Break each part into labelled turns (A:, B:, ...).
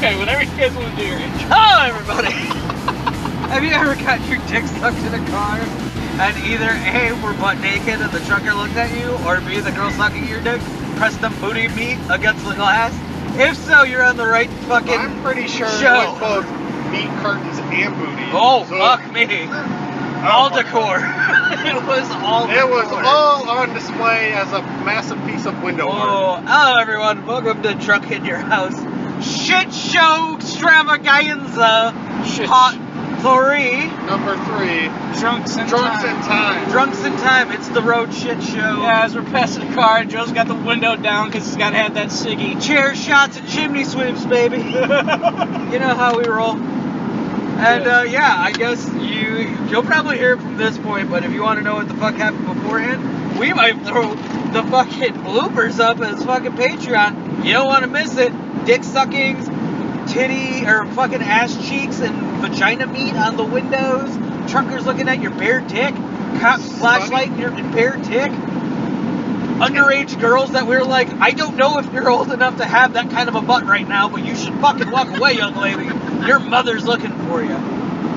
A: Okay, whatever you guys want to do. you're in charge.
B: Hello, everybody! Have you ever got your dick sucked in a car? And either A, were butt naked and the trucker looked at you, or B, the girl sucking your dick pressed the booty meat against the glass? If so, you're on the right fucking.
C: I'm pretty sure
B: show.
C: it was both meat curtains and booty.
B: oh,
C: So-
B: fuck me!
C: Oh,
B: all
C: fuck.
B: decor. it was all
C: It was
B: decor.
C: all on display as a massive piece of window art.
B: Oh, hello everyone, welcome to Drunk in Your House Shit Show Extravaganza
A: Shit.
B: Part 3
C: Number three,
A: Drunks and
C: drunks
A: time.
C: in time.
B: Drunks in Time, it's the road shit show.
A: Yeah, as we're passing the car, Joe's got the window down because he's got to have that ciggy.
B: Chair shots and chimney sweeps, baby. you know how we roll. And
A: Yeah.
B: uh, yeah, I guess you you'll probably hear it from this point, but if you want to know what the fuck happened beforehand, we might throw the fucking bloopers up as fucking Patreon. You don't want to miss it. Dick suckings, titty or fucking ass cheeks and vagina meat on the windows. Truckers looking at your bare dick. Cops flashlight in your bare dick underage girls that we're like, I don't know if you're old enough to have that kind of a butt right now, but you should fucking walk away, young lady. Your mother's looking for you.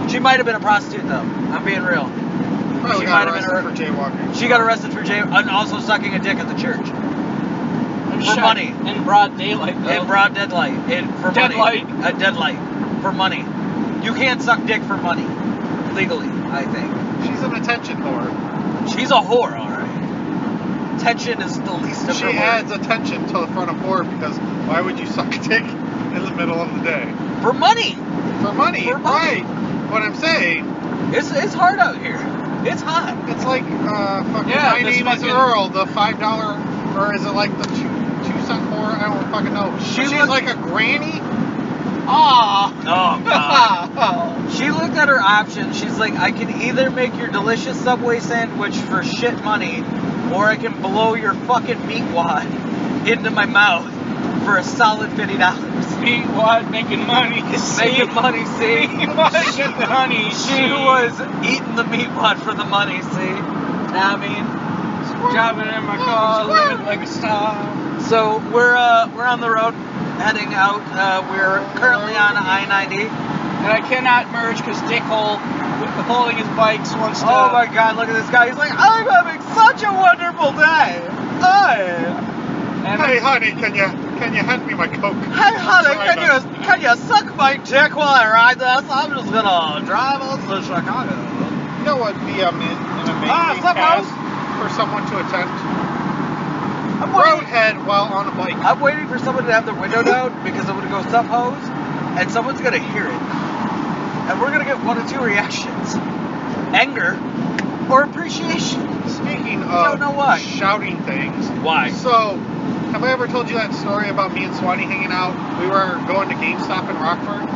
B: She might have been a prostitute though. I'm being real.
C: Probably
B: She
C: got
B: might have
C: arrested
B: been
C: for jaywalking.
B: She got arrested for jail and also sucking a dick at the church
A: I'm
B: For
A: shot
B: money.
A: In broad daylight, though.
B: in broad deadlight. In for
A: Deadlight.
B: money. A deadlight for money. You can't suck dick for money legally, I think.
C: She's an attention whore.
B: She's a whore, all right. Tension is the least of
C: She
B: her.
C: adds attention to the front of whore because why would you suck a dick in the middle of the day?
B: worries. for money.
C: For money,
B: For money.
C: right? What I'm saying,
B: It's it's hard out here. It's hot.
C: it's like uh, fucking
A: Yeah,
C: my
A: this
C: name
A: fucking-
C: is Earl, the five dollar, or is it like the two two cent whore? I don't fucking know.
B: She
C: But she's
B: looked-
C: like a granny. Ah.
B: Oh god.
C: Oh.
B: She looked at her options. She's like, I can either make your delicious Subway sandwich for shit money, or I can blow your fucking meat wad into my mouth for a solid fifty dollars.
A: Meat wad making money. See?
B: Making money, see.
A: Meat wad with the honey.
B: She was eating the meat wad for the money, see. Nah, I mean,
A: driving in my car, living like a star.
B: so we're uh, we're on the road, heading out. Uh, we're currently on I ninety.
A: And I cannot merge because Dickhole, with- holding his bikes, wants to.
B: Oh my god, look at this guy. He's like, I'm having such a wonderful day. I.
A: And
C: Hey honey, can you can you hand me my coke?
B: Hey honey,
C: Sorry
B: can
C: about
B: you can you suck my dick while I ride this? I'm just gonna drive us to Chicago.
C: You know what would be um, an amazing
B: Ah, suck
C: task
B: house.
C: for someone to attempt?
B: I'm waiting,
C: Roadhead while on a bike.
B: I'm waiting for someone to have their window down because I'm gonna go sub hose, and someone's gonna hear it, and we're gonna get one of two reactions: anger or appreciation.
C: Speaking
B: don't
C: of
B: know why.
C: shouting things.
B: Why?
C: So, have I ever told you that story about me and Swanee hanging out? We were going to GameStop in Rockford,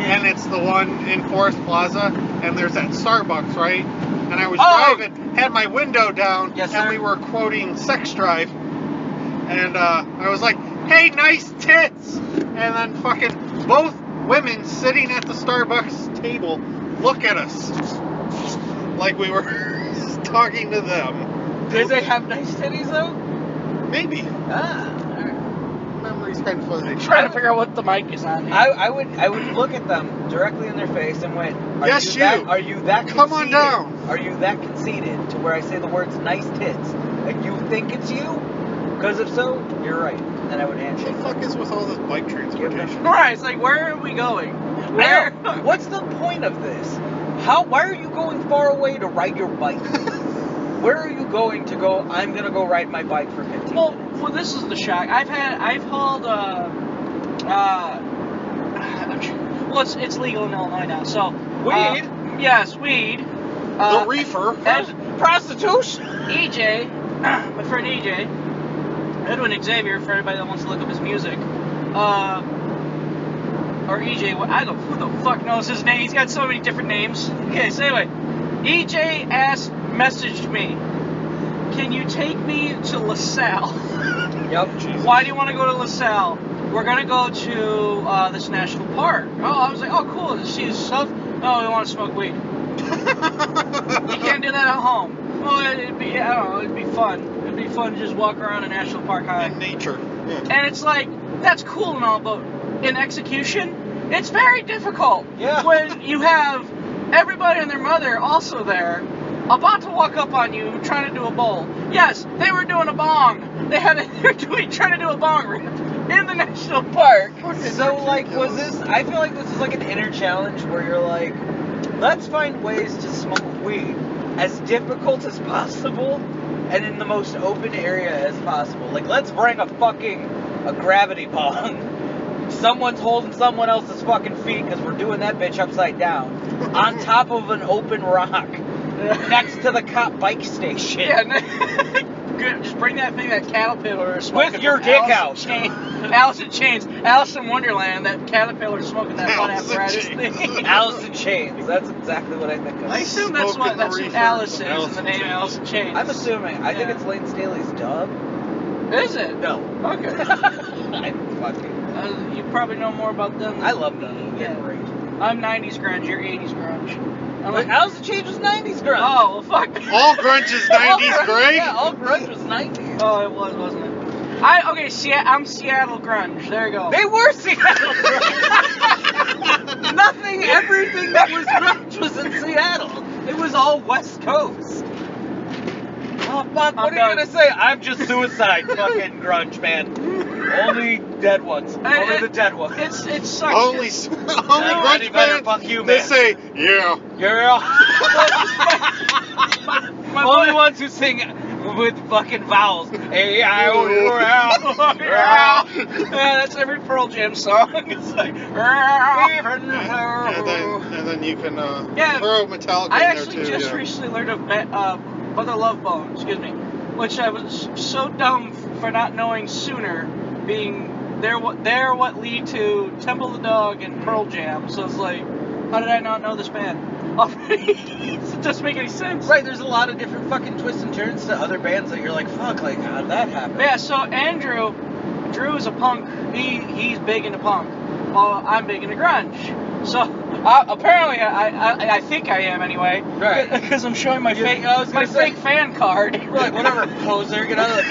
C: and it's the one in Forest Plaza, and there's that Starbucks, right? And I was
B: Oh!
C: driving, had my window down,
B: Yes,
C: and
B: sir.
C: we were quoting Sex Drive, and uh, I was like, "Hey, nice tits!" And then fucking both women sitting at the Starbucks table look at us like we were talking to them.
B: Did they have nice titties though?
C: Maybe
B: Ah.
C: memory's kind of fuzzy.
A: trying to figure out what the mic is on. here.
B: I, I would I would look at them directly in their face and went, are
C: Yes,
B: you, That,
C: you.
B: are you that
C: Come on
B: conceited?
C: down.
B: Are you that conceited to where I say the words nice tits and you think it's you? Because if so, you're right. And I would
C: What
B: handshake.
C: the fuck is with all this bike transportation?
A: Right, it's like, where are we going?
B: Where?
A: Where?
B: What's the point of this? How? Why are you going far away to ride your bike? Where are you going to go? I'm gonna go ride my bike for 15
A: Well,
B: minutes.
A: well, this is the shock. I've had, I've hauled, uh, uh, well, it's, it's legal in Illinois now, so. uh,
B: Weed?
A: yes, weed.
C: The
A: Uh,
C: reefer.
A: and
B: Prostitution.
A: EJ, my friend EJ, Edwin Xavier, for everybody that wants to look up his music, uh, or EJ, well, I don't, who the fuck knows his name? He's got so many different names. Okay, so anyway, EJ asked, messaged me, can you take me to LaSalle?
B: Yep.
A: Why do you want to go to LaSalle? We're gonna go to uh, this national park. Oh, I was like, oh, cool. Is she stuff? No, we want to smoke weed. You can't do that at home. Well, it- it'd be, I don't know, it'd be fun. It'd be fun to just walk around a national park high.
C: In nature. Yeah.
A: And it's like, that's cool and all, but in execution, it's very difficult.
B: Yeah.
A: When you have everybody and their mother also there, about to walk up on you trying to do a bowl. Yes, they were doing a bong. They had a, they were doing, trying to do a bong rip in the national park.
B: So like, was this? I feel like this is like an inner challenge where you're like, let's find ways to smoke weed as difficult as possible and in the most open area as possible. Like, let's bring a fucking a gravity bong. Someone's holding someone else's fucking feet because we're doing that bitch upside down on top of an open rock next to the cop bike station.
A: Yeah. n- Good. Just bring that thing, that caterpillar is smoking.
B: With your
A: from
B: dick
A: Alice
B: out.
A: in Chains- Alice in Chains. Alice in Wonderland. That caterpillar is smoking that butt
C: Alice in
A: apparatus
C: Chains.
A: thing.
B: Alice in Chains. That's exactly what I think of.
A: I assume that's
C: Smoking
A: what that's
C: the
A: what
C: reefer
A: Alice is
C: from
A: in
C: Alice
A: the
C: in
A: name
C: Chains.
A: Alice in Chains.
B: I'm assuming. I think
A: Yeah.
B: it's Lane Staley's dub.
A: Is it?
B: No.
A: Okay.
B: I'm fucking.
A: Uh, you probably know more about them. than
B: I love
A: me.
B: them.
A: Yeah.
B: They're great.
A: I'm 90s grunge. You're 80s grunge. I'm
B: But Alice in Chains was 90s grunge.
A: Oh, well, fuck.
C: All grunge is
B: All
C: 90s,
B: grunge-
C: Greg.
B: Yeah, all grunge was 90s.
A: Oh, it was, wasn't it? I okay. Se- I'm Seattle grunge. There you go.
B: Oh. They were Seattle grunge. Nothing, everything that was grunge was in Seattle. It was all West Coast. Oh, fuck, what are you
A: done.
B: gonna say? I'm just suicide fucking grunge, man. Only dead ones. Only
A: it-
B: the dead ones.
A: it's it sucks.
C: Only, only
A: It's-
B: any
C: grunge
B: better,
C: bands.
B: fuck you,
C: they
B: man.
C: say, yeah.
B: You're
A: my
B: Only
A: boy-
B: ones who sing with fucking vowels. A I O U R L.
A: yeah, that's every Pearl Jam song. It's like.
C: And then, and then you can uh,
A: Yeah.
C: throw Metallica
A: I
C: in there
A: actually
C: too.
A: just
C: yeah.
A: recently learned of Be- uh, Mother Love Bone, excuse me, which I was so dumb f- for not knowing sooner, being they're what they're what lead to Temple of the Dog and Pearl Jam. So it's like, how did I not know this band? Oh, it doesn't make any sense.
B: Right, there's a lot of different fucking twists and turns to other bands that you're like, fuck, like, how'd that happen?
A: Yeah. So Andrew, Drew is a punk. He he's big into punk. Uh, I'm big into grunge. So. Uh, apparently, I, I I think I am anyway.
B: Right.
A: Because I'm showing my
B: You're-
A: fake
B: I was
A: my
B: gonna say-
A: fake fan card.
B: We're like, whatever, poser, get out of the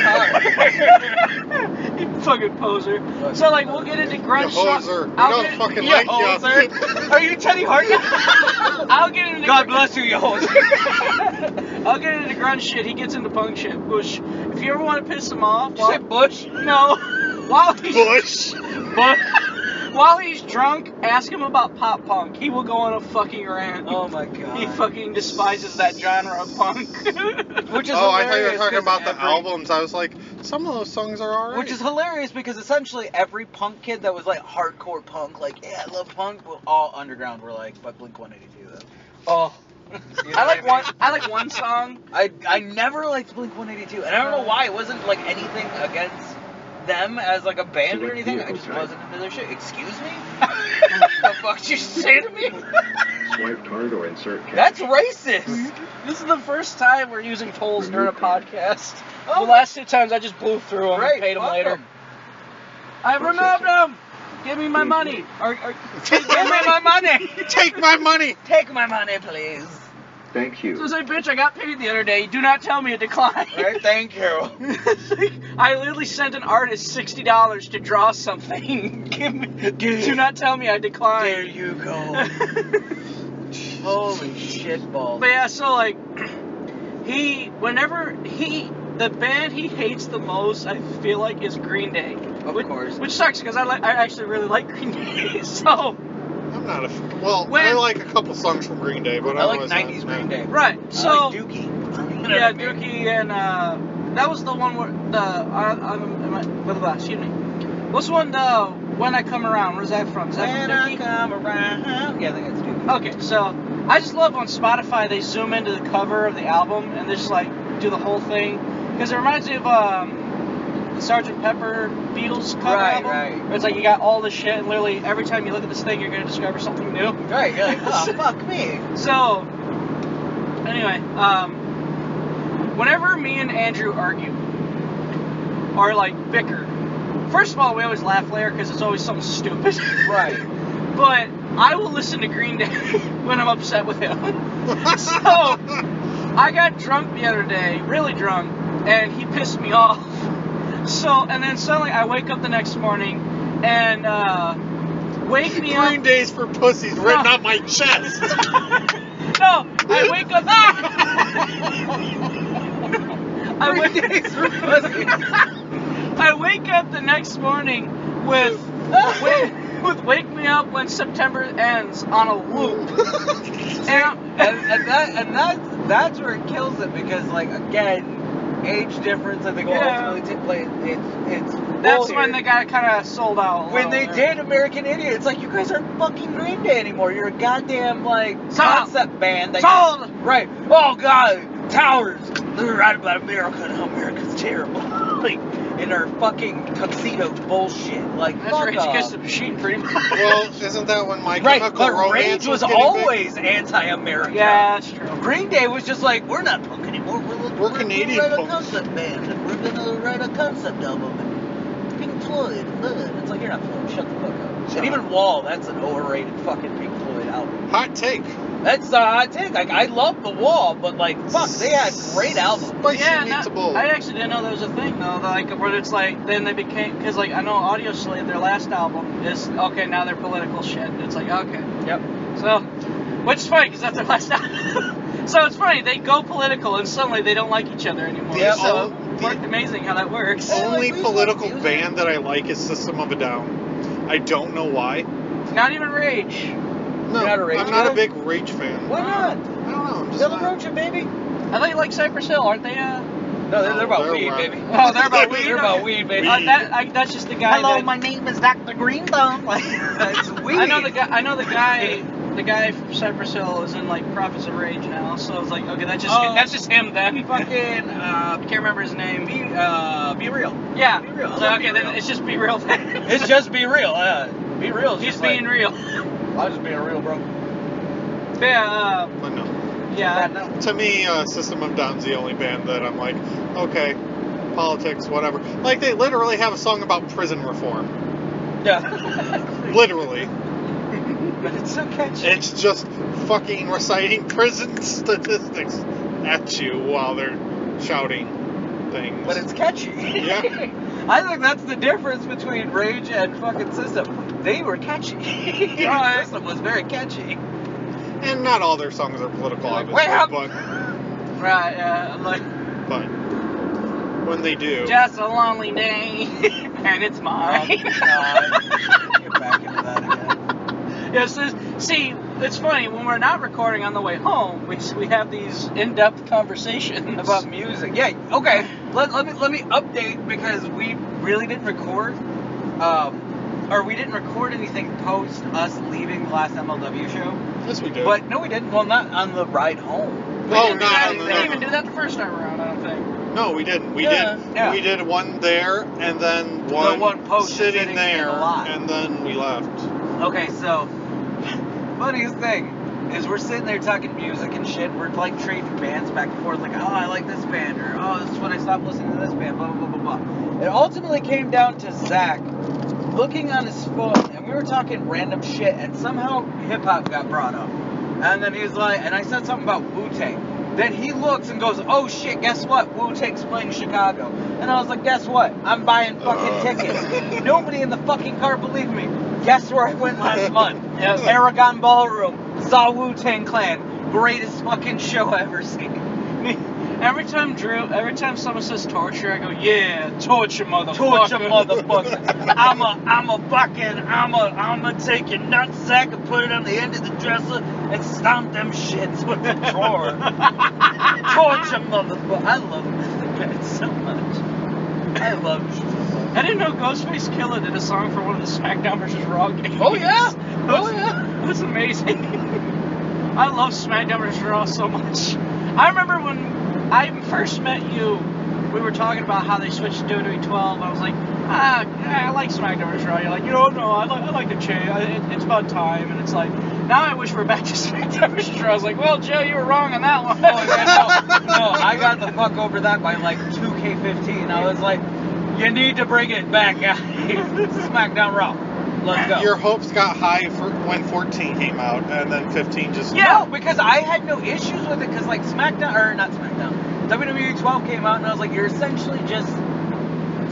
B: car.
A: you fucking poser. So like we'll get into grunge.
C: You
A: songs.
C: hoser. We
A: I'll
C: don't
A: get-
C: fucking
A: yeah, oh,
C: like you.
B: Poser. Are you Teddy Hartnett?
A: I'll get into
B: God
A: grunge-
B: bless you, you hoes.
A: I'll get into grunge shit. He gets into punk shit. Bush. If you ever want to piss him off,
B: you say Bush?
A: no. While he's
C: Bush.
A: while he's drunk, ask him about pop punk. He will go on a fucking rant.
B: Oh my god.
A: He fucking despises that genre of punk.
B: Which is
C: Oh, I thought you were
B: hilarious
C: talking
B: 'cause
C: about the
B: every-
C: albums. I was like, some of those songs are alright.
B: Which is hilarious because essentially every punk kid that was like hardcore punk, like, yeah, I love punk, but all underground were like, but Blink 182 though.
A: oh.
B: You know
A: I like
B: what
A: one. I like one song.
B: I, mean? I I never liked Blink 182, and I don't know why. It wasn't like anything against them as like a band or anything. I just wasn't into their shit. Excuse me? the fuck did you say to me?
D: Swipe card or insert cash.
B: That's
C: Mm-hmm.
B: racist.
A: This is the first time we're using tolls during a podcast.
B: Oh,
A: the last two times I just blew through them
B: Right,
A: and paid them
B: fuck
A: later.
B: 'em.
A: I've removed them. Give me my money. Or, or,
C: Take
B: Give me my money.
C: Take my money.
B: Take my money, please.
D: Thank
A: so I
D: you.
A: was like, bitch, I got paid the other day. Do not tell me it declined.
B: Right? Thank you.
A: It's like, I literally sent an artist sixty dollars to draw something. Give me, do not tell me I
B: There
A: declined.
B: you go. Holy shit balls.
A: But yeah, so like he whenever he the band he hates the most, I feel like is Green Day.
B: Of
A: which,
B: course.
A: Which sucks because I like I actually really like Green Day. So
C: I'm not a. f- Well, I
A: When-
C: like a couple songs from Green Day, but I,
B: I like
C: was uh,
B: 90s
C: not,
B: Green Day.
A: right, so
B: I Uh, like Dookie.
A: yeah, Dookie and uh, that was the one where the I, I'm, am I, blah, blah, blah, excuse me. What's one the when I come around? Where's that from? Is that
B: When
A: from
B: I
A: Dookie?
B: come around. Yeah, I think that's Dookie.
A: Okay, so I just love on Spotify they zoom into the cover of the album and they just like do the whole thing because it reminds me of um, Sergeant Pepper Beatles cover
B: Right,
A: album.
B: right.
A: Where it's like you got all this shit and literally every time you look at this thing you're gonna discover something new.
B: Right, you're like, oh, fuck me.
A: So anyway, um, whenever me and Andrew argue or like bicker, first of all we always laugh later because it's always something stupid.
B: Right.
A: But I will listen to Green Day when I'm upset with him. So- I got drunk the other day, really drunk, and he pissed me off. So, and then suddenly I wake up the next morning, and uh, wake me up.
C: Green Days for Pussies written
A: No.
C: on my chest.
A: No, I wake up. I
B: Three
A: wake,
B: days for pussies.
A: I wake up the next morning with with, with "Wake Me Up When September Ends" on a loop. And I'm-
B: and, and that and that's that's where it kills it because like again, age difference I think will
A: Yeah.
B: ultimately take place. It's it's
A: that's
B: bullshit.
A: when they got kind of sold out. a
B: when
A: little
B: they
A: there.
B: did American Idiot, it's like you guys aren't fucking Green Day anymore. You're a goddamn like
A: Sold.
B: concept band. That
A: Sold.
B: right. Oh god, towers. They were right about America and how America's terrible. like in our fucking tuxedo bullshit. Like
A: That's
B: fuck
A: Rage
B: off.
A: Against the Machine, pretty much.
C: well, isn't that when my
B: Right,
C: chemical
B: but
C: romance
B: Rage was
C: getting big?
B: always anti-American.
A: yeah, that's true.
B: Green Day was just like, we're not punk anymore. We're, we're, we're
C: Canadian
B: We're write a
C: punk."
B: concept band. and We're gonna write a concept album. and Pink Floyd. and blah, blah." It's like you're not Floyd. Shut the fuck up. and
C: Shut up.
B: even Wall, that's an overrated fucking Pink Floyd album.
C: Hot take.
B: That's a hot take. Like I love the Wall, but like fuck, they had great albums.
C: Spicy
A: yeah,
C: meets a
A: not-
C: bowl.
A: I actually didn't know there was a thing though, that, like where it's like then they became because like I know Audio Slave, their last album is okay now they're political shit. It's like okay,
B: Yep.
A: so which is funny because that's their last album. so it's funny they go political and suddenly they don't like each other anymore.
C: Yeah,
A: so
C: all-
A: it's worked amazing how that works.
B: Oh, like,
C: Only
B: we love
C: political
B: music.
C: band that I like is System of a Down. I don't know why.
A: Not even Rage.
C: No,
B: not a Rage
C: I'm not
B: fan?
C: a big Rage fan.
B: Why not?
C: I don't know. I'm just
B: Still
C: not-
B: approaching, baby.
A: I think you like Cypress Hill, aren't they? Uh,
B: No, they're, they're about
C: They're
B: weed,
C: rock.
B: baby.
A: Oh, they're about weed?
B: They're about weed, baby.
A: uh, that, I, that's just the guy. that,
B: name is Dr. Greenbaum. Like, that's weed.
A: I know the guy. I know the guy. The guy from Cypress Hill is in like Prophets of Rage now, so I was like, okay, that's just
B: Oh.
A: that's just him then.
B: fucking uh,
A: can't remember his name.
B: be uh be real.
A: Yeah.
B: Be real.
A: So,
B: I love Be
A: okay, then
B: Real.
A: it's just be real. then.
B: It's just be real. Uh, be real. is
A: he's
B: just
A: being
B: like,
A: real.
B: I'm just being real, bro.
A: Yeah.
C: But no.
A: Uh, yeah.
C: To me, uh, System of a Down's the only band that I'm like, okay, politics, whatever. Like they literally have a song about prison reform.
B: Yeah.
C: Literally,
B: but it's so catchy.
C: it's just fucking reciting prison statistics at you while they're shouting things.
B: but it's catchy.
C: Yeah.
B: I think that's the difference between Rage and fucking System. They were catchy.
A: Alright.
B: System was very catchy.
C: and not all their songs are political,
B: Like,
C: obviously.
B: wake up!
C: but
A: Right. Yeah. I'm like,
C: but when they do,
A: just a lonely day, and it's mine.
B: Oh, Get back into that again.
A: Yes, this- see, it's funny when we're not recording on the way home, we, we have these in-depth conversations
B: About music. Yeah. Okay. Let, let me let me update because we really didn't record, um, or we didn't record anything post us leaving the last MLW show.
C: yes, we do.
B: But no, we didn't. Well, not on the ride home.
A: We
C: oh,
A: didn't, do
C: not
A: that-
C: on the-
A: we
C: no,
A: didn't even
C: no.
A: do that the first time around. I don't think.
C: No, we didn't. We
B: Yeah.
C: did.
B: Yeah.
C: We did one there, and then one,
B: one post
C: sitting,
B: sitting in the
C: there,
B: lot.
C: and then we left.
B: Okay, so funniest thing is we're sitting there talking music and shit. We're like trading bands back and forth, like, oh, I like this band, or oh, this is when I stopped listening to this band, blah blah blah blah blah. It ultimately came down to Zach looking on his phone, and we were talking random shit, and somehow hip hop got brought up. And then he's like, and I said something about Wu Tang. Then he looks and goes, oh shit, guess what? Wu Tang's playing Chicago. And I was like, guess what? I'm buying fucking
D: Uh.
B: tickets. Nobody in the fucking car believed me. Guess where I went last month?
A: Yeah.
B: Aragon Ballroom. Saw Wu Tang Clan. Greatest fucking show I ever seen.
A: Every time Drew, every time someone says torture, I go, yeah, torture, motherfucker.
B: Torture motherfucker. I'm a I'm a fucking I'm a I'm a take your nutsack and put it on the end of the dresser and stomp them shits with the drawer. Torture motherfucker. I love Mr. Bad so much. I love you so much.
A: I didn't know Ghostface Killer did a song for one of the SmackDown vs. Raw games.
B: Oh, yeah. Oh,
A: That's-
B: yeah.
A: That's amazing. I love SmackDown vs. Raw so much. I remember when I first met you, we were talking about how they switched to WWE 12. I was like, ah, yeah, I like SmackDown vs. Raw. You're like, you don't know, I like, I like the change. I- It, it's about time. And it's like, now I wish we we're back to SmackDown vs. Raw. I was like, well, Joe, you were wrong on that one.
B: Oh, yeah, no, no, I got the fuck over that by like 2K15. I was like, you need to bring it back, guys. SmackDown Raw. Let's go.
C: Your hopes got high for when 14 came out, and then 15 just
B: Yeah, because I had no issues with it because like SmackDown or not SmackDown, E WWE 12 came out and I was like, you're essentially just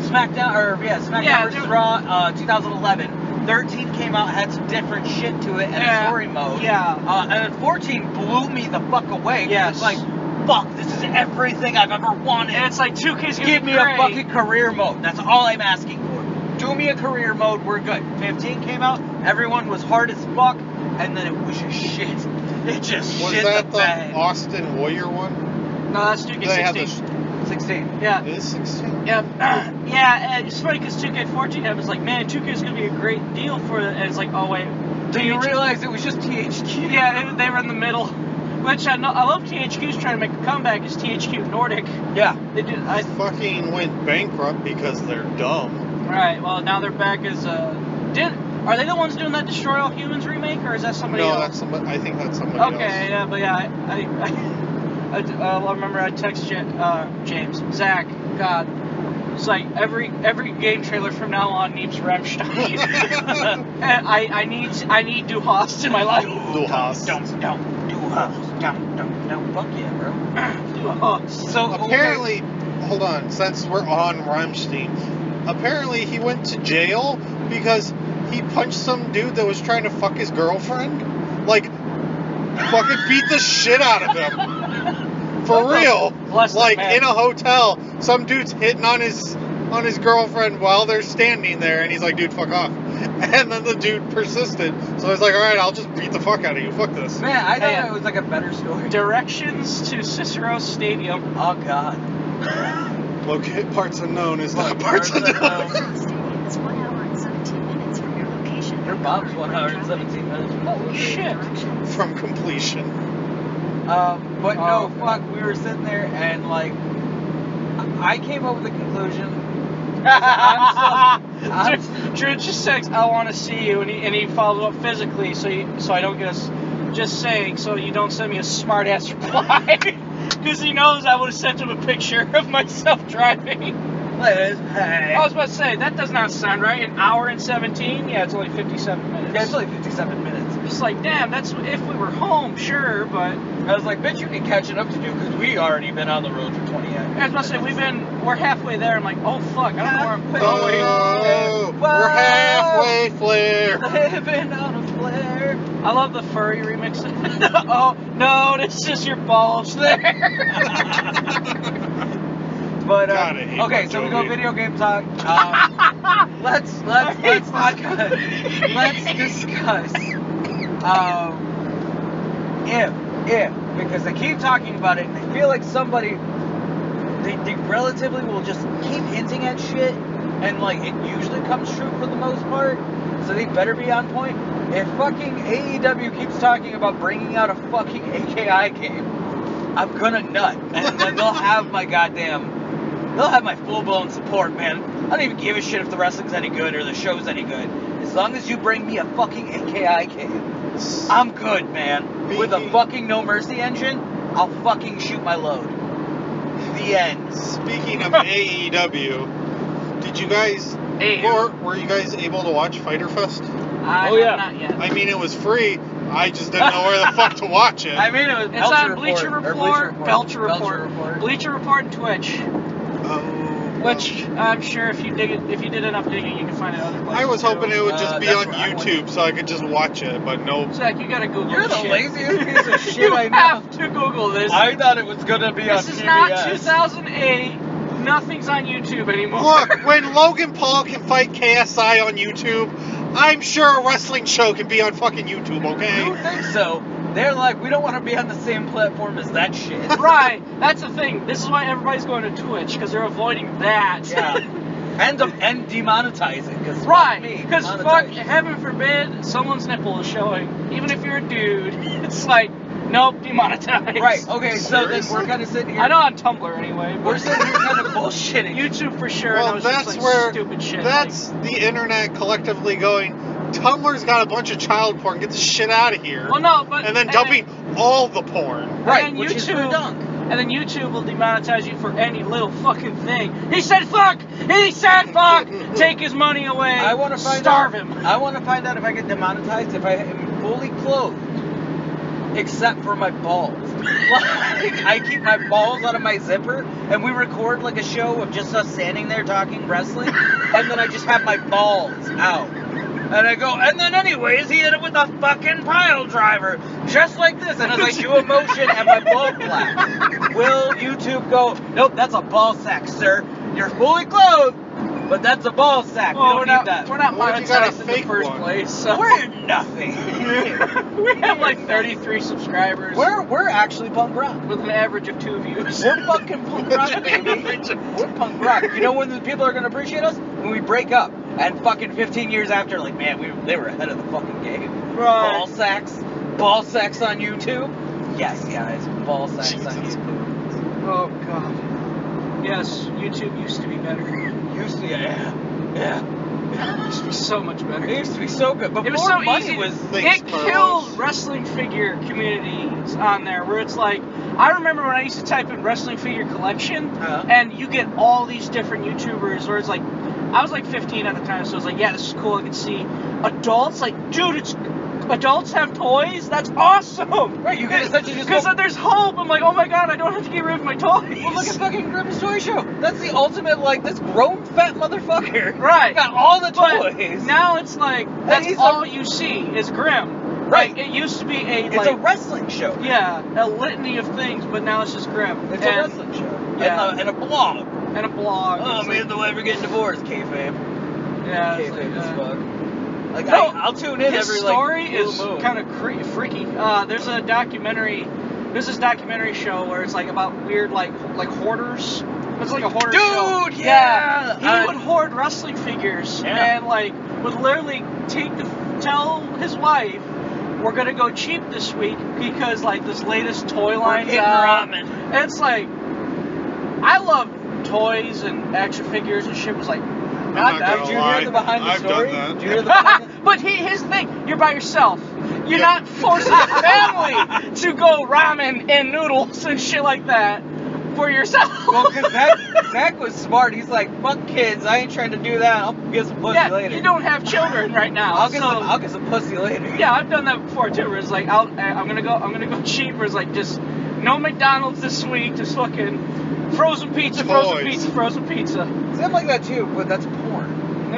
B: SmackDown or yeah, SmackDown
A: Yeah,
B: versus
A: dude.
B: Raw uh, 2011. 13 came out had some different shit to it and
A: Yeah.
B: a story mode.
A: Yeah.
B: Uh, and then 14 blew me the fuck away. 'cause
A: Yes.
B: It's like, fuck, this is everything I've ever wanted.
A: And it's like 2K's gonna
B: Give
A: be
B: me
A: great.
B: a fucking career mode. That's all I'm asking for. Do me a career mode. We're good. 15 came out. Everyone was hard as fuck, and then it was just shit. It just
C: Was
B: shit
C: that
B: the
C: the,
B: bag.
C: Austin Warrior one?
A: No, that's 2K16.
C: They had the-
B: 16.
A: yeah.
C: Is it 16?
A: Yep. yeah, and it's funny because 2K14 I was like, man, 2K is gonna be a great deal for it, and it's like, oh wait.
B: Do you
A: THQ
B: realize it was just THQ?
A: Yeah, they they were in the middle. Which I know, I love THQ's trying to make a comeback. Is THQ Nordic?
B: Yeah.
A: They do. I,
C: Fucking went bankrupt because they're dumb.
A: right. Well, now they're back as. Uh, did are they the ones doing that Destroy All Humans remake, or is that somebody
C: no,
A: else?
C: that's somebody. I think that's somebody
A: Okay,
C: else.
A: yeah, but yeah, I, I, I, uh, I remember I text Ja- uh, James, Zach, God, it's like every every game trailer from now on needs Rammstein. and I, I need I need Duhast in my life.
C: Duhast.
A: Don't don't
B: Duhast. Dum, dum, dum. Fuck yeah, bro.
A: Duhast.
B: So okay.
C: Apparently, hold on, since we're on Rammstein, apparently he went to jail because he punched some dude that was trying to fuck his girlfriend. Like, fucking beat the shit out of him. For
A: What the-
C: real.
A: Bless the
C: like,
A: man.
C: in a hotel, some dude's hitting on his on his girlfriend while they're standing there, and he's like, dude, fuck off. And then the dude persisted. So I was like, alright, I'll just beat the fuck out of you. Fuck this.
B: Man, I thought
A: Man.
B: it was like a better story.
A: Directions to Cicero Stadium.
B: Oh god.
C: Locate parts unknown is not parts,
B: Parts
C: unknown.
B: unknown.
E: Stadium is 1 hour and 17 minutes from your location.
B: Your mom's one hour and 17 minutes.
A: Holy shit.
E: Directions.
C: From completion.
B: Um, but
A: Oh,
B: no, fuck, we were sitting there and like, I I came up with a conclusion. I'm so-
A: Drew, Drew just says, "I want to see you," and he, and he followed up physically, so you, so I don't get a s Just saying, so you don't send me a smart ass reply, because he knows I would have sent him a picture of myself driving.
B: Liz, hey.
A: I was about to say that does not sound right. An hour and seventeen? Yeah, it's only fifty-seven minutes.
B: Yeah, it's only 57 minutes.
A: It's like, damn, that's if we were home, sure, but
B: I was like, bitch, you can catch it up to do because we already been on the road for 20 hours.
A: I was about to say we've been we're halfway there. I'm like, oh fuck, I don't know where I'm
B: Halfway.
A: going.
C: Oh,
B: Whoa.
C: we're halfway flare.
B: Living out of flare.
A: I love the furry remix. oh no, it's just your balls there.
B: But uh,
C: God, I hate
B: okay,
C: Bon
B: so we go
C: Jovi.
B: video game talk. Um, let's
A: I
B: let's
A: hate
B: let's
A: Bon
B: discuss.
A: Jovi.
B: let's discuss. Um, if if because they keep talking about it, and I feel like somebody they, they relatively will just keep hinting at shit, and like it usually comes true for the most part. So they better be on point. If fucking AEW keeps talking about bringing out a fucking AKI game, I'm gonna nut, and then they'll have my goddamn, they'll have my full blown support, man. I don't even give a shit if the wrestling's any good or the show's any good. As long as you bring me a fucking AKI game, I'm good, man. With a
C: Speaking-
B: fucking no mercy engine, I'll fucking shoot my load. The end.
C: Speaking of AEW, did you guys
B: E
A: Hey,
C: or were you guys able to watch Fighter Fest?
A: I
B: Oh,
A: have
B: yeah.
A: not yet.
C: I mean, it was free. I just didn't know where the fuck to watch it.
B: I mean, it was
A: It's
B: Belcher
A: on Bleacher
B: Report, or
A: Report,
B: Bleacher Report,
A: Belcher
B: Belcher
A: Report,
B: Report.
A: Bleacher Report, and Twitch.
C: Um,
A: Which I'm sure if you dig it, if you did enough digging, you can find it other places.
C: I was hoping it would just
B: Uh,
C: be
B: that's
C: on
B: what I wanted.
C: YouTube so I could just watch it, but no.
A: Zach, you gotta Google.
B: You're
A: this
B: the
A: shit.
B: laziest piece of shit
A: you
B: I know.
A: have to Google this.
B: thought it was gonna be
A: this is not 2008. Nothing's on YouTube anymore.
C: Look, when Logan Paul can fight KSI on YouTube, I'm sure a wrestling show can be on fucking YouTube,
B: You
C: okay?
B: think so? They're like, we don't want to be on the same platform as that shit.
A: right, that's the thing. This is why everybody's going to Twitch because they're avoiding that.
B: Yeah. and and demonetize it because
A: Right,
B: because
A: because fuck, heaven forbid, someone's nipple is showing. Even if you're a dude, it's like, nope, demonetized.
B: Right. Okay. So then
C: Seriously?
B: we're kind of sitting here.
A: I know on Tumblr anyway.
B: We're
A: But
B: sitting here kind of bullshitting.
A: YouTube for sure. and I
C: Well,
A: was
C: that's
A: just, like,
C: where
A: stupid shit.
C: that's the internet collectively going. Tumblr's got a bunch of child porn. Get the shit out of here.
A: Like, well, no, but
C: and then dumping all the porn.
B: right.
A: and
B: which is
A: YouTube-
B: for dunk.
A: and then YouTube will demonetize you for any little fucking thing. He said fuck. He said fuck. Take his money away.
B: I want to find
A: starve
B: out,
A: him.
B: I want to find out if I get demonetized if I am fully clothed, except for my balls. like I keep my balls out of my zipper, and we record like a show of just us standing there talking wrestling, and then I just have my balls out. And I go, and then anyways, he hit it with a fucking pile driver, just like this. And as I do a motion and my ball flaps, will YouTube go? Nope, that's a ball sack, sir. You're fully clothed, but that's a ball sack. we
A: Well, we're
B: don't
A: not,
B: need that.
A: we're not
C: Well, you got a
A: monetized in the
C: fake
A: first
C: one.
A: place, so
B: We're nothing.
A: we have like 33 subscribers
B: we're we're actually punk rock.
A: with an average of two views.
B: We're fucking punk rock, baby. We're punk rock. You know when the people are gonna appreciate us when we break up and fucking 15 years after, like man, we they were ahead of the fucking game.
A: Right.
B: Ball sacks, ball sacks on YouTube. Yes, guys, ball sacks on
C: Jesus.
B: YouTube.
A: Oh god. Yes, YouTube used to be better.
B: Used to, yeah, yeah.
A: It used to be so much better.
B: It used to be so good, but
A: it was
B: more
A: so
B: money
A: easy.
B: was.
C: Thanks,
A: it
C: Carlos.
A: killed wrestling figure communities on there, where it's like, I remember when I used to type in wrestling figure collection,
B: Uh-huh.
A: and you get all these different YouTubers, where it's like, I was like 15 at the time, so I was like, yeah, this is cool. I can see adults, like, dude, it's adults have toys. That's awesome.
B: Right, you could essentially just
A: because
B: go-
A: there's hope. I'm like, oh my god, I don't have to get rid of my toys.
B: Well, look at fucking Grimm's Toy Show. That's the ultimate, like, this grown fat motherfucker.
A: Right.
B: Got all the
A: But
B: toys.
A: now it's like that's
B: he's a-
A: all you see is grim.
B: Right.
A: Like, it used to be a
B: it's
A: like
B: a wrestling show.
A: yeah a litany of things, but now it's just grim.
B: It's
A: and,
B: a wrestling show.
A: yeah.
B: And a, and a blog.
A: and a blog.
B: Oh,
A: It's
B: me and
A: like-
B: the way we're getting divorced, kayfabe.
A: yeah. it's
B: kayfabe
A: like,
B: as
A: uh,
B: fuck. Like,
A: No,
B: I, I'll tune in
A: His
B: every, like,
A: story
B: blue
A: is
B: moon.
A: kind of cre- freaky. Uh, there's a documentary. There's this documentary show where it's like about weird like like hoarders. It's like a hoarder
B: Dude,
A: show.
B: yeah!
A: He
B: Uh,
A: would hoard wrestling figures
B: Yeah.
A: and like would literally take the tell his wife. We're gonna go cheap this week because like this latest toy line's
B: getting
A: out.
B: ramen.
A: And it's like I love toys and action figures and shit was like
C: not
A: that.
C: gonna
B: Did you
C: lie.
B: hear the behind the
C: I've done
B: story?
C: that.
B: Did you hear the behind the
A: but he, here's the thing: you're by yourself. You're
C: Yeah.
A: not forcing the family to go ramen and noodles and shit like that for yourself.
B: Well, because Zach, Zach was smart. He's like, fuck kids. I ain't trying to do that. I'll get some pussy
A: yeah,
B: later.
A: you don't have children right now.
B: I'll get,
A: so-
B: some, I'll get some pussy later.
A: yeah, I've done that before too. Where it's like, I'll, I- I'm gonna go, I'm gonna go cheap. Where it's like, just no McDonald's this week. Just fucking frozen pizza, frozen
C: Toys.
A: pizza, frozen pizza.
B: Stuff like that, too, but that's porn.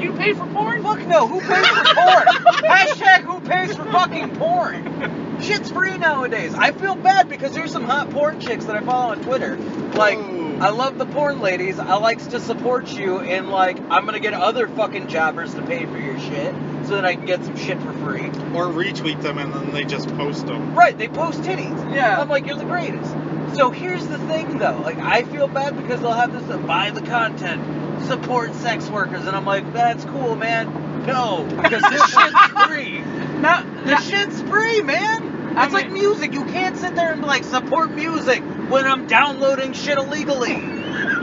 A: you pay for porn?
B: Fuck no, who pays for porn? Hashtag who pays for fucking porn? Shit's free nowadays. I feel bad because there's some hot porn chicks that I follow on Twitter. Like,
C: Ooh.
B: I love the porn ladies. I likes to support you and like I'm gonna get other fucking jobbers to pay for your shit so that I can get some shit for free.
C: Or retweet them and then they just post them.
B: Right, they post titties.
A: Yeah.
B: I'm like, you're the greatest. So here's the thing though, like I feel bad because they'll have this uh, buy the content, support sex workers, and I'm like, that's cool, man. No, because this shit's free.
A: Not,
B: This shit's free, man.
A: I
B: It's like
A: mean-
B: music. You can't sit there and be like support music when I'm downloading shit illegally.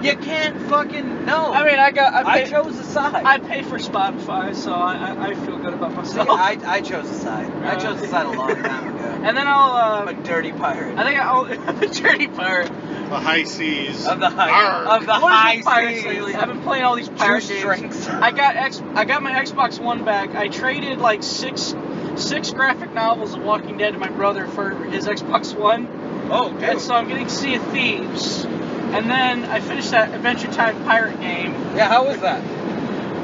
B: You can't fucking no.
A: I mean, I got, I,
B: I
A: pay-
B: chose a side.
A: I pay for Spotify, so I, I, I feel good about
B: See,
A: myself.
B: I, I chose a side. I chose a side a long time ago.
A: and then I'll,
B: I'm
A: uh,
B: a dirty pirate.
A: I think I'll, the dirty pirate.
C: The high seas.
B: Of the high,
C: Arr.
B: of the
A: What is
B: high
A: with pirates
B: seas.
A: lately? I've been playing all these pirate
B: Juice
A: games.
B: drinks.
A: I got X, I got my Xbox One back. I traded like six, six graphic novels of Walking Dead to my brother for his Xbox One,
B: Oh, dude.
A: and so I'm getting Sea of Thieves. And then I finished that Adventure Time pirate game.
B: yeah, how was that?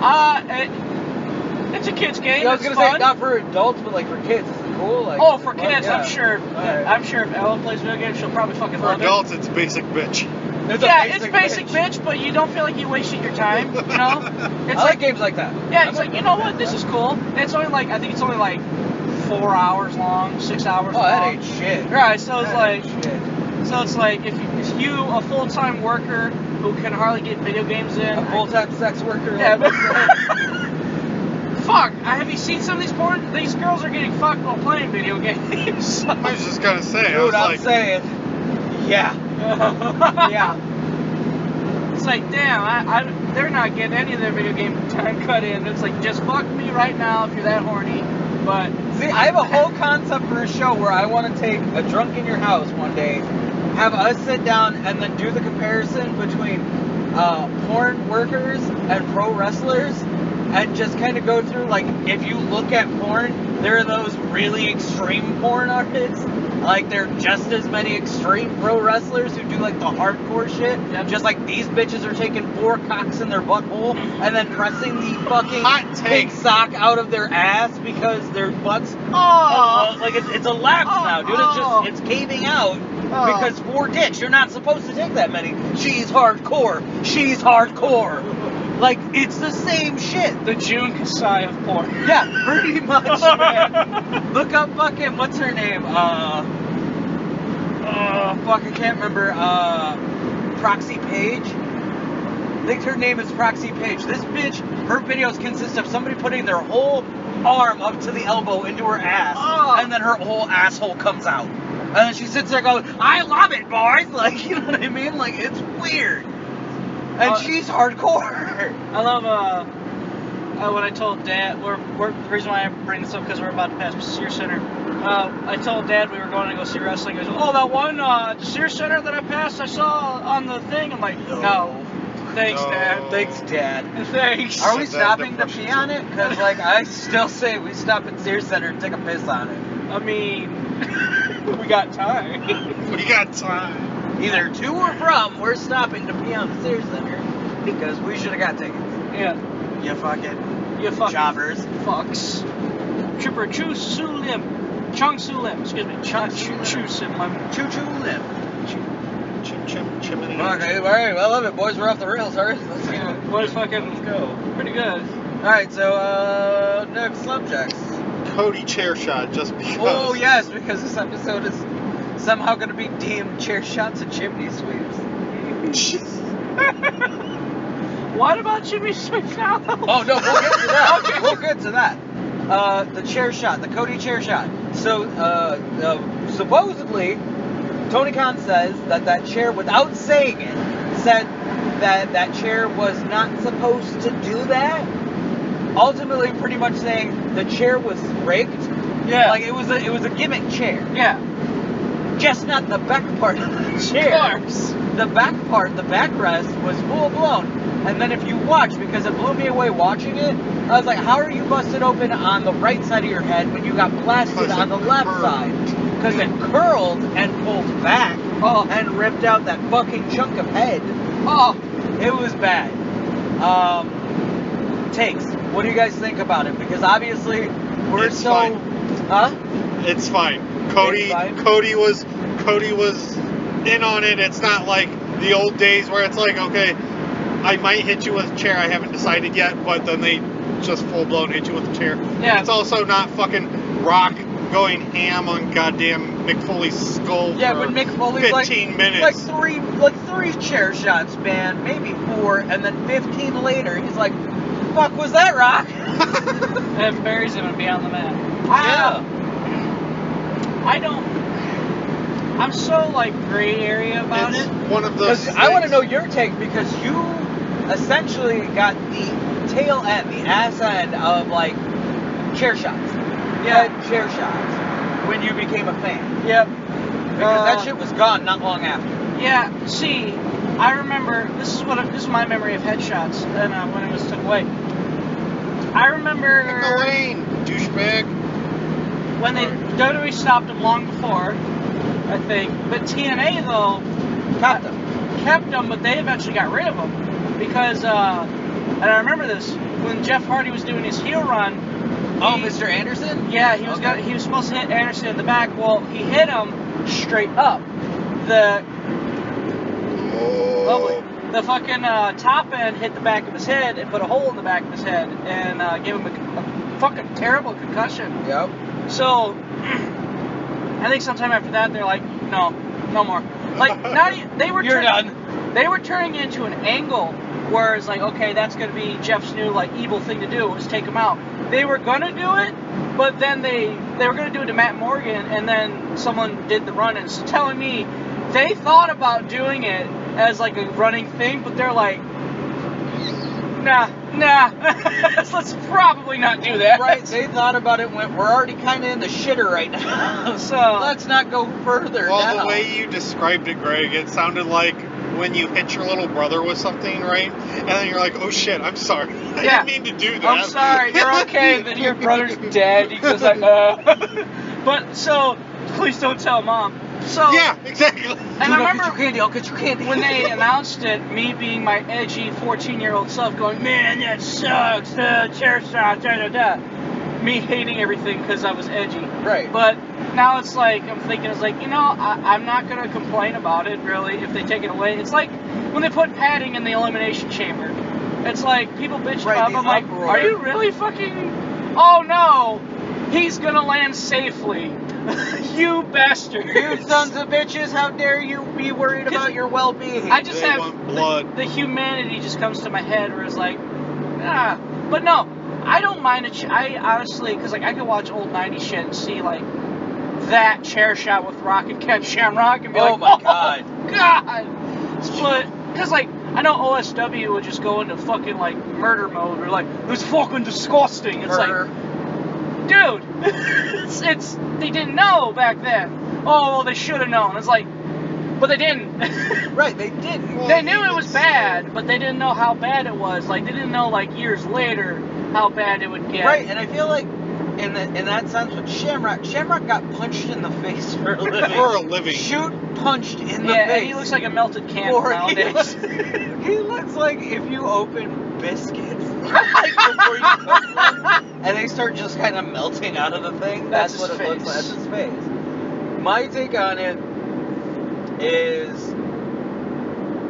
A: Uh, it, it's a kids game.
B: Yeah, I was
A: it's
B: gonna
A: fun.
B: say not for adults, but like for kids, is it cool? Like,
A: Oh, for
B: what?
A: kids,
B: Yeah.
A: I'm sure.
B: Alright.
A: I'm sure if Ella plays video games, she'll probably fucking
C: For
A: love
C: adults, it's basic bitch.
A: it.
B: It's a
A: Yeah, it's basic
B: bitch.
A: bitch. but you don't feel like you wasted your time. You know,
B: I
A: it's
B: like, games like that.
A: yeah, it's like you know what, this is cool. And it's only like I think it's only like four hours long, six hours
B: Oh,
A: long.
B: that ain't shit.
A: Right, so it's
B: That ain't
A: like
B: shit.
A: so it's like if you, if you a full time worker who can hardly get video games in.
B: a full-time sex worker.
A: I,
B: like
A: yeah,
B: myself.
A: but- fuck! I, have you seen some of these porn? These girls are getting fucked while playing video games. so-
C: I was just gonna say. I was
B: Dude, I'm
C: like,
B: saying. Yeah.
A: yeah.
B: Yeah.
A: It's like, damn, I, I, they're not getting any of their video game time cut in. It's like, just fuck me right now if you're that horny. But
B: See, I have a whole concept for a show where I want to take a drunk in your house one day, have us sit down and then do the comparison between uh, porn workers and pro wrestlers, and just kind of go through like if you look at porn, there are those really extreme porn artists Like there are just as many extreme pro wrestlers who do like the hardcore shit.
A: Yep.
B: Just like these bitches are taking four cocks in their butthole and then pressing the fucking
C: Hot take.
B: big sock out of their ass because their butts
C: Oh.
B: like it's, it's elapsed
C: Oh.
B: now, dude.
C: Oh.
B: It's just it's caving out
C: Oh.
B: because four dicks. You're not supposed to take that many. She's hardcore. She's hardcore. Like it's the same shit.
A: The June Kasai of porn.
B: Yeah, pretty much, man. Look up fucking what's her name? Uh, uh fuck, I can't remember. Uh, Proxy Page. I think her name is Proxy Page. This bitch, her videos consist of somebody putting their whole arm up to the elbow into her ass,
C: Oh.
B: and then her whole asshole comes out. And then she sits there going, I love it, boys! Like, you know what I mean? Like, it's weird. And
A: Uh,
B: she's hardcore.
A: I love uh, uh when I told Dad we're, we're the reason why I bring this up because we're about to pass Sears Center. Uh, I told Dad we were going to go see wrestling. He goes, "Oh, that one uh, the Sears Center that I passed, I saw on the thing." I'm like, "No, thanks,
C: No.
A: Dad.
B: Thanks, Dad.
A: Thanks."
B: Are we
C: Sit down,
B: stopping to
C: then
B: pee
C: push
B: on it? Because, like, I still say we stop at Sears Center and take a piss on it.
A: I mean, we got time.
C: We got time.
B: Either to or from, we're stopping to pee on the Sears Center because we should have got tickets.
A: yeah,
B: You fucking
A: you fucking
B: jobbers.
A: fucks. Trooper Chu Su Lim, Chung Su Lim, excuse me, Chung Chu Chu Su Lim.
B: Choo choo lip.
C: Chim chim chim and
B: Okay, alright, well, I love it, boys. We're off the rails, alright? Let's see.
A: What fucking let's go? Pretty good.
B: Alright, so, uh, next subjects.
C: Cody chair shot just because.
B: Oh, yes, because this episode is somehow going to be deemed chair shots and chimney sweeps.
A: What about Jimmy Swift
B: Oh no, we'll get to that. We'll get to that. Uh, the chair shot, the Cody chair shot. So uh, uh, supposedly, Tony Khan says that that chair, without saying it, said that that chair was not supposed to do that. Ultimately, pretty much saying the chair was rigged.
A: Yeah.
B: Like it was a it was a gimmick chair,
A: yeah.
B: just not the back part of the chair
A: course.
B: the back part, the backrest, was full blown. And then if you watch, because it blew me away watching it, I was like, how are you busted open on the right side of your head when you got blasted
C: 'Cause
B: on the
C: it
B: left
C: curved.
B: side? Because it curled and pulled back
A: Oh.
B: and ripped out that fucking chunk of head.
A: Oh.
B: It was bad. Um, takes. What do you guys think about it? Because obviously we're
C: It's
B: so.
C: fine.
B: Huh?
C: It's fine. Cody
B: It's fine.
C: Cody was Cody was in on it. It's not like the old days where it's like, okay, I might hit you with a chair. I haven't decided yet, but then they just full blown hit you with a chair.
A: Yeah.
C: It's also not fucking Rock going ham on goddamn Mick Foley's skull.
B: Yeah,
C: for
B: but Mick Foley's
C: 15
B: like
C: minutes.
B: like three like three chair shots, man, maybe four, and then 15 later, he's like, "Fuck, was that rock?"
A: And it buries him and beyond the mat.
B: yeah.
A: uh, I don't. I'm so like gray area about
C: it's
A: it.
C: one of those.
B: Because I want to
C: things.
B: know your take because you essentially got the tail end, the ass end of like chair shots.
A: Yeah.
B: Head chair shots. When you became a fan,
A: Yep.
B: because
A: Uh,
B: that shit was gone not long after.
A: Yeah. See, I remember. This is what this is my memory of headshots and uh, when it was took away. I remember.
C: Pick a lane, douchebag.
A: when they WWE stopped him long before, I think. But TNA though uh,
B: Got them.
A: kept him, but they eventually got rid of him because. Uh, and I remember this when Jeff Hardy was doing his heel run.
B: Oh,
A: he-
B: Mr. Anderson.
A: Yeah, he was
B: Okay.
A: gonna, he was supposed to hit Anderson in the back. Well, he hit him straight up. The
C: Oh.
A: lovely, the fucking uh, top end hit the back of his head and put a hole in the back of his head and uh, gave him a, con- a fucking terrible concussion.
B: Yep.
A: So, I think sometime after that, they're like, no, no more. Like, not e- they were
B: You're
A: turning-
B: done.
A: They were turning it into an angle where it's like, okay, that's gonna be Jeff's new like evil thing to do is take him out. They were gonna do it, but then they they were gonna do it to Matt Morgan, and then someone did the run. And so telling me they thought about doing it as like a running thing, but they're like. Nah, nah. Let's probably not do that.
B: Right, they thought about it. and Went, we're already kind of in the shitter right now.
A: So-
B: let's not go further.
C: Well,
B: down.
C: the way you described it, Greg, it sounded like when you hit your little brother with something, right? And then you're like, oh shit, I'm sorry. I
A: Yeah.
C: didn't mean to do that.
A: I'm sorry, you're okay. then your brother's dead. He goes like, uh. but so please don't tell mom. So
C: yeah, exactly.
A: And I remember
B: I'll get your candy. I'll get your candy.
A: when they announced it, me being my edgy 14 year old self going, man, that sucks, the chair shot, da da da. Me hating everything because I was edgy.
B: right.
A: But now it's like, I'm thinking, it's like, you know, I, I'm not going to complain about it really if they take it away. It's like when they put padding in the elimination chamber. It's like people bitch
B: Right,
A: about it.
B: the
A: I'm like,
B: uproar.
A: are you really fucking. Oh no, he's going to land safely. you bastard.
B: you sons of bitches, how dare you be worried about your well-being?
A: I just
C: They
A: have
C: want
A: the-
C: blood.
A: The, humanity just comes to my head where it's like, ah. But no, I don't mind a. Ch- I honestly, because like I could watch old '90s shit and see like that chair shot with Rock and Ken Shamrock and be
B: Oh
A: like,
B: my
A: oh
B: God."
A: god. But because like I know OSW would just go into fucking like murder mode. We're like, it was fucking disgusting. It's like dude, it's, it's they didn't know back then. Oh, well, they should have known. It's like, but they didn't.
B: right, they didn't.
C: Well,
A: they knew it
C: even
A: was
C: so-
A: bad, but they didn't know how bad it was. Like they didn't know like years later how bad it would get.
B: Right, and I feel like in the, in that sense with Shamrock, Shamrock got punched in the face for a living.
C: For a living.
B: Shoot punched in the
A: yeah,
B: face.
A: and he looks like a melted can
B: Or he, looks,
A: nowadays.
B: he looks like if you open biscuits like before you cook them, and they start just kind of melting out of the thing.
A: That's
B: That's, what
A: his
B: it looks like.
A: face.
B: That's his face. My take on it is.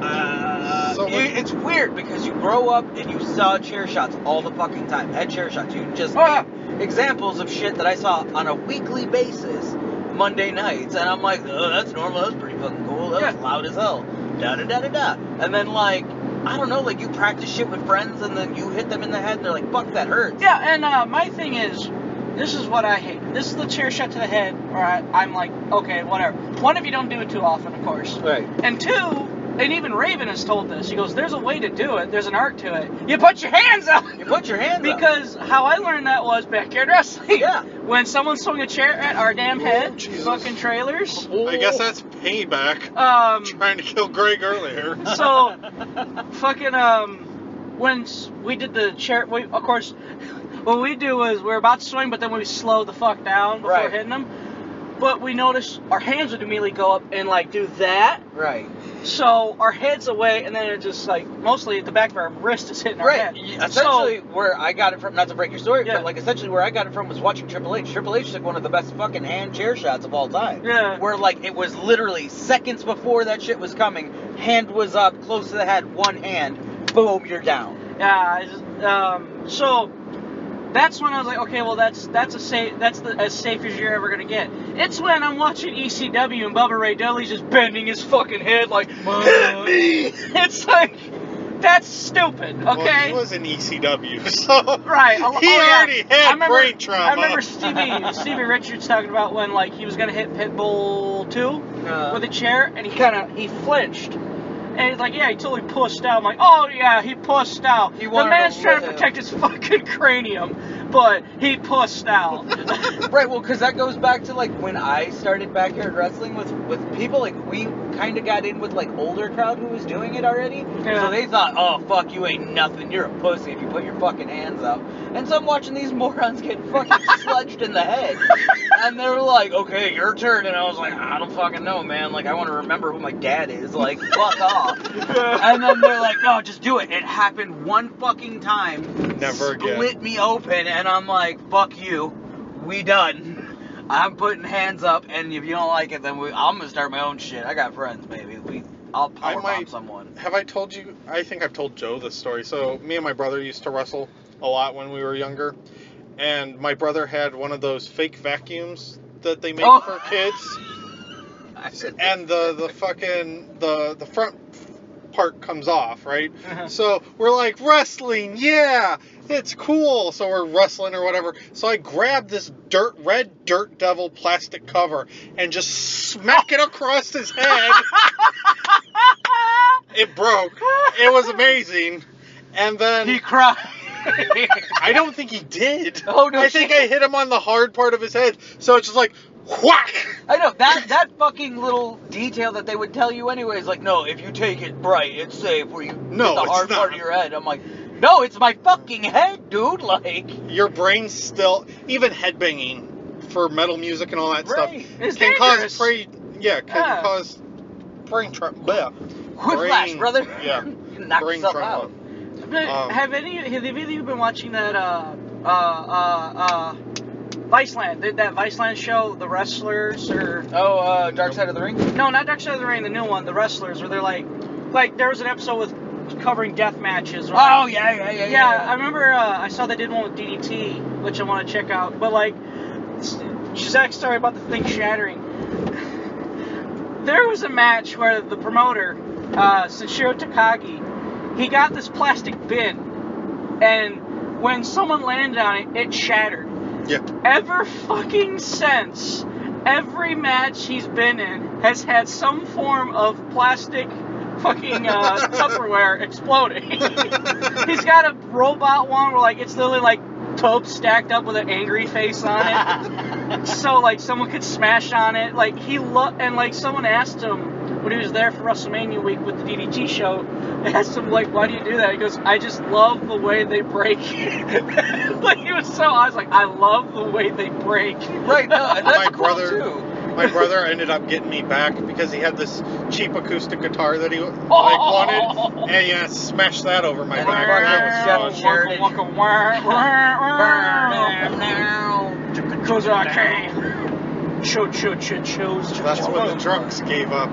B: Uh,
C: So
B: it-
C: what-
B: it's weird because you grow up and you saw chair shots all the fucking time. Head chair shots. You just
A: Ah.
B: named examples of shit that I saw on a weekly basis Monday nights, and I'm like, oh, that's normal. That's pretty fucking cool. That
A: Yeah.
B: was loud as hell. Da da da da da. And then like, I don't know, like you practice shit with friends, and then you hit them in the head, and they're like, fuck, that hurts.
A: yeah, and uh, my thing is, this is what I hate. This is the chair shot to the head. All right, I'm like, okay, whatever. One, if you don't do it too often, of course.
B: Right.
A: And two, and even Raven has told this. He goes, "There's a way to do it. There's an art to it. You put your hands up."
B: You put your hands up.
A: Because how I learned that was backyard wrestling.
B: Yeah.
A: When someone swung a chair at our damn
B: Oh,
A: head,
C: Jesus.
A: fucking trailers.
C: I guess that's payback.
A: Oh. Um.
C: Trying to kill Greg earlier.
A: So, fucking um, when s- we did the chair, we of course, what we do is we're about to swing, but then we slow the fuck down before
B: Right.
A: hitting them. But we noticed our hands would immediately go up and like do that.
B: Right.
A: So our heads away, and then it just like mostly at the back of our wrist is hitting our
B: Right.
A: head.
B: Yeah, Essentially, where I got it from, not to break your story,
A: Yeah.
B: but like essentially where I got it from was watching Triple H. Triple H took one of the best fucking hand chair shots of all time.
A: Yeah.
B: Where like it was literally seconds before that shit was coming, hand was up, close to the head, one hand, boom, you're down.
A: So, yeah. I just- Um, so that's when I was like, okay, well that's that's a safe that's the, as safe as you're ever gonna get. It's when I'm watching ECW and Bubba Ray Dudley's just bending his fucking head like, hit me. It's like that's stupid. Okay.
C: Well, he was in ECW, so
A: Right. a lo-
C: he
A: oh, yeah.
C: already had
A: I remember,
C: brain trauma.
A: I remember Stevie Stevie Richards talking about when like he was gonna hit Pitbull two
B: Uh,
A: with a chair, and he kind of he flinched, and he's like, yeah, he totally pussed out. I'm like, oh yeah, he pussed out.
B: He
A: the
B: wanted
A: man's
B: to
A: trying to
B: live.
A: protect his fucking cranium, but he pussed out.
B: Right, well, because that goes back to like when I started backyard wrestling with with people. Like we kind of got in with like older crowd who was doing it already,
A: Yeah.
B: so they thought, "Oh fuck, you ain't nothing. You're a pussy if you put your fucking hands up." And so I'm watching these morons get fucking sludged in the head, and they're like, "Okay, your turn." And I was like, "I don't fucking know, man. Like I want to remember who my dad is. Like fuck off." And then they're like, "No, just do it. It happened one fucking time.
C: Never again.
B: Split me open and I'm like, fuck you, we done. I'm putting hands up, and if you don't like it, then we, I'm gonna start my own shit. I got friends, baby. We, I'll
C: I
B: power
C: might-
B: someone.
C: Have I told you? I think I've told Joe this story. So me and my brother used to wrestle a lot when we were younger, and my brother had one of those fake vacuums that they make
A: Oh.
C: for kids,
B: I said,
C: and the the fucking the the front part comes off, right?
A: Uh-huh.
C: So we're like wrestling, yeah, it's cool. So we're wrestling or whatever. So I grab this dirt red dirt devil plastic cover and just smack it across his head. it broke. It was amazing. And then
B: he cried.
C: I don't think he did.
B: Oh, no
C: I think
B: shit.
C: I hit him on the hard part of his head. So it's just like whack.
B: I know that that fucking little detail that they would tell you anyways. Like, no, if you take it right, it's safe. Where you
C: No,
B: hit the
C: it's
B: hard part of
C: not.
B: your head. I'm like, no, it's my fucking head, dude. Like,
C: Your brain's still even headbanging for metal music and all that
B: Right.
C: stuff
A: It's
C: can
A: dangerous.
C: cause pre yeah can
A: Yeah.
C: cause brain trauma. Yeah.
B: Whiplash,
C: Brain-
B: brother.
C: yeah.
B: you knock
C: brain
B: yourself
C: trauma.
B: out.
A: But
C: Um,
A: have any have either of you been watching that uh uh uh uh Viceland that, that Viceland show The Wrestlers or
B: Oh, uh, Dark Side of the Ring.
A: no not Dark Side of the Ring the new one The Wrestlers where they're like like there was an episode with covering death matches where, like,
B: Oh yeah, yeah, yeah, yeah.
A: yeah, I remember uh, I saw they did one with DDT, which I want to check out. But like, Zach's story about the thing shattering. There was a match where the promoter, uh, Senshiro Takagi, he got this plastic bin, and when someone landed on it, it shattered.
C: Yeah.
A: Ever fucking since, every match he's been in has had some form of plastic fucking uh, Tupperware exploding. He's got a robot one where like it's literally like Tope stacked up with an angry face on it, so like someone could smash on it. Like he lo- and like someone asked him when he was there for WrestleMania week with the DDT show, they asked him like, "Why do you do that?" He goes, "I just love the way they break." like he was so, I was like, "I love the way they break."
B: Right. No, and that's
C: My
B: cool
C: brother-
B: too.
C: My brother ended up getting me back because he had this cheap acoustic guitar that he like
A: Oh.
C: wanted, and yeah, smashed that over my
B: And
C: back.
B: fucked
C: That
B: up
C: was
B: Jeff
C: fun.
B: Jarrett.
A: Waka, waka, wah, wah, wah. Cause I can't. Shoot, shoot, shoot, shoot.
C: That's when the drunks gave up.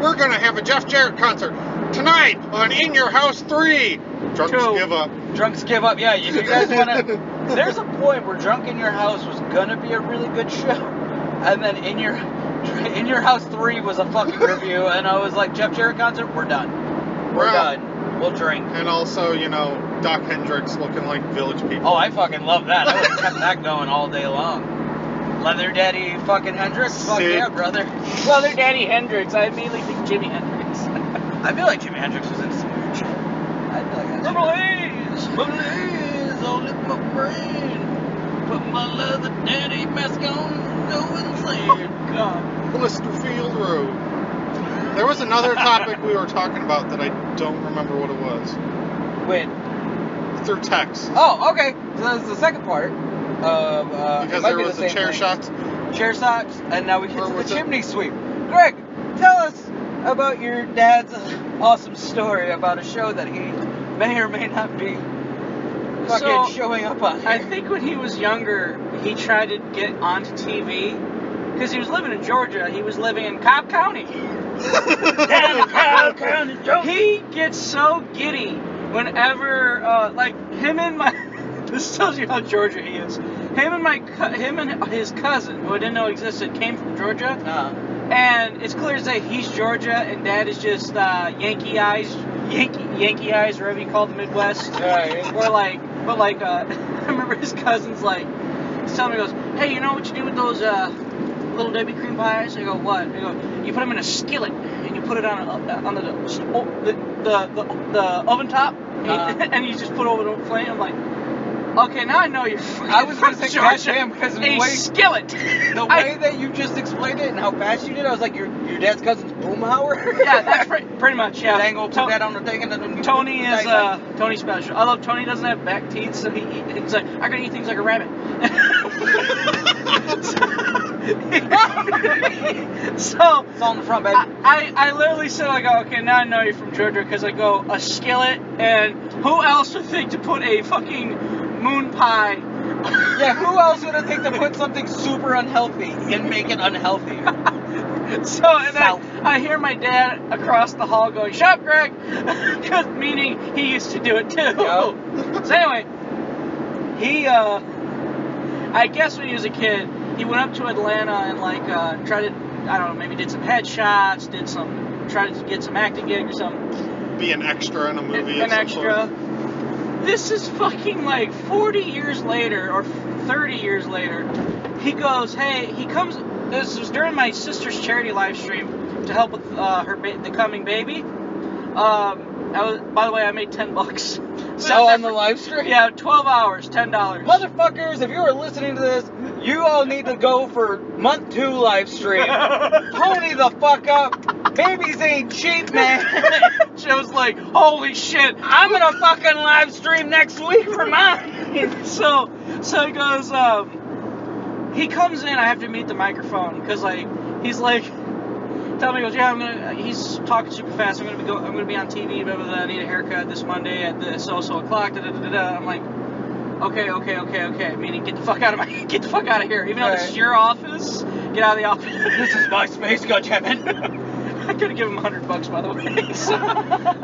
C: We're gonna have a Jeff Jarrett concert tonight on In Your House Three. Drunks
A: Two.
C: give up.
B: Drunks give up. Yeah, you, you guys wanna. There's a point where Drunk in Your House was gonna be a really good show, and then in your in your house three was a fucking review, and I was like, Jeff Jarrett concert, we're done. We're
C: We're out.
B: done. We'll drink.
C: And also, you know, Doc Hendricks looking like village people.
B: Oh, I fucking love that. I would have kept that going all day long. Leather Daddy fucking Hendrix? Fuck
C: Sid.
B: yeah, brother.
A: Well, they're Danny Hendrix. I immediately think Jimi Hendrix.
B: I feel like Jimi Hendrix was into some weird shit. I feel like that's
A: Liberties!
B: Please, oh, lick my brain. Put my leather daddy mask on and go insane.
A: God.
C: Blisterfield Road. There was another topic we were talking about that I don't remember what it was.
B: Wait.
C: Through text.
B: Oh, okay. So that was the second part. Of, uh, it
C: because
B: might
C: there
B: be
C: was
B: the
C: the
B: same
C: chair
B: thing.
C: shots.
B: Chair socks, and now we get
C: Or
B: to the
C: was it-
B: chimney sweep. Greg, tell us about your dad's awesome story about a show that he may or may not be fucking
A: So,
B: showing up on.
A: I think when he was younger, he tried to get onto TV because he was living in Georgia. He was living in Cobb County.
B: Oh.
A: He gets so giddy whenever, uh, like him and my. this tells you how Georgia he is. Him and my, cou- him and his cousin, who I didn't know existed, came from Georgia.
B: Uh,
A: And it's clear as day he's Georgia and dad is just uh, Yankee eyes, Yankee Yankee eyes, whatever you call the Midwest.
B: Right.
A: Or like, but like, uh, I remember his cousin's like, he's telling me, he goes, hey, you know what you do with those uh, little Debbie cream pies? I go, what? I go, you put them in a skillet and you put it on a, uh, on the the the, the, the oven top and you-
B: Uh-huh.
A: and you just put it over the flame. I'm like. Okay, now I know you're.
B: I was
A: from
B: gonna say,
A: Georgia.
B: goddamn, 'cause the
A: a
B: way-
A: skillet.
B: the
A: I-
B: way that you just explained it and how fast you did, I was like, your your dad's cousin's Boomhauer.
A: yeah, that's pre- pretty much yeah.
B: Dang, we'll put
A: To-
B: that on the thing and then
A: Tony
B: Yeah,
A: is
B: he's
A: uh
B: like,
A: Tony special. I love Tony doesn't have back teeth, so he eat- he's like I can eat things like a rabbit. so
B: It's on the front, baby.
A: I, I, I literally said I go okay now I know you're from Georgia because I go a skillet and who else would think to put a fucking moon pie?
B: yeah, who else would have think to put something super unhealthy and make it unhealthier?
A: So and
B: South.
A: then I hear my dad across the hall going, "Shut up, Greg," 'Cause meaning he used to do it too.
B: Yup.
A: so anyway, he, uh, I guess when he was a kid, he went up to Atlanta and like uh, tried to, I don't know, maybe did some headshots, did some, tried to get some acting gig or something
C: Be an extra in a movie. of
A: an
C: some
A: extra.
C: sort.
A: This is fucking like 40 years later or 30 years later. He goes, hey, he comes. This was during my sister's charity live stream to help with uh, her ba- the coming baby. Um, I was, by the way, I made 10 bucks.
B: so on the live stream?
A: yeah, 12 hours, 10 dollars.
B: Motherfuckers, if you are listening to this, you all need to go for month two live stream. Pony the fuck up. Babies ain't cheap, man.
A: Joe's like, holy shit,
B: I'm gonna fucking live stream next week for mine.
A: so so it goes um he comes in, I have to meet the microphone because like he's like telling me he goes yeah I'm gonna he's talking super fast I'm gonna be go, I'm gonna be on TV blah, blah, blah, I need a haircut this Monday at the so so o'clock da, da, da, da, da. I'm like okay okay okay okay meaning get the fuck out of my get the fuck out of here even though this
B: Right.
A: is your office get out of the office
B: This is my space, goddammit.
A: I could have given him a hundred bucks by the way so,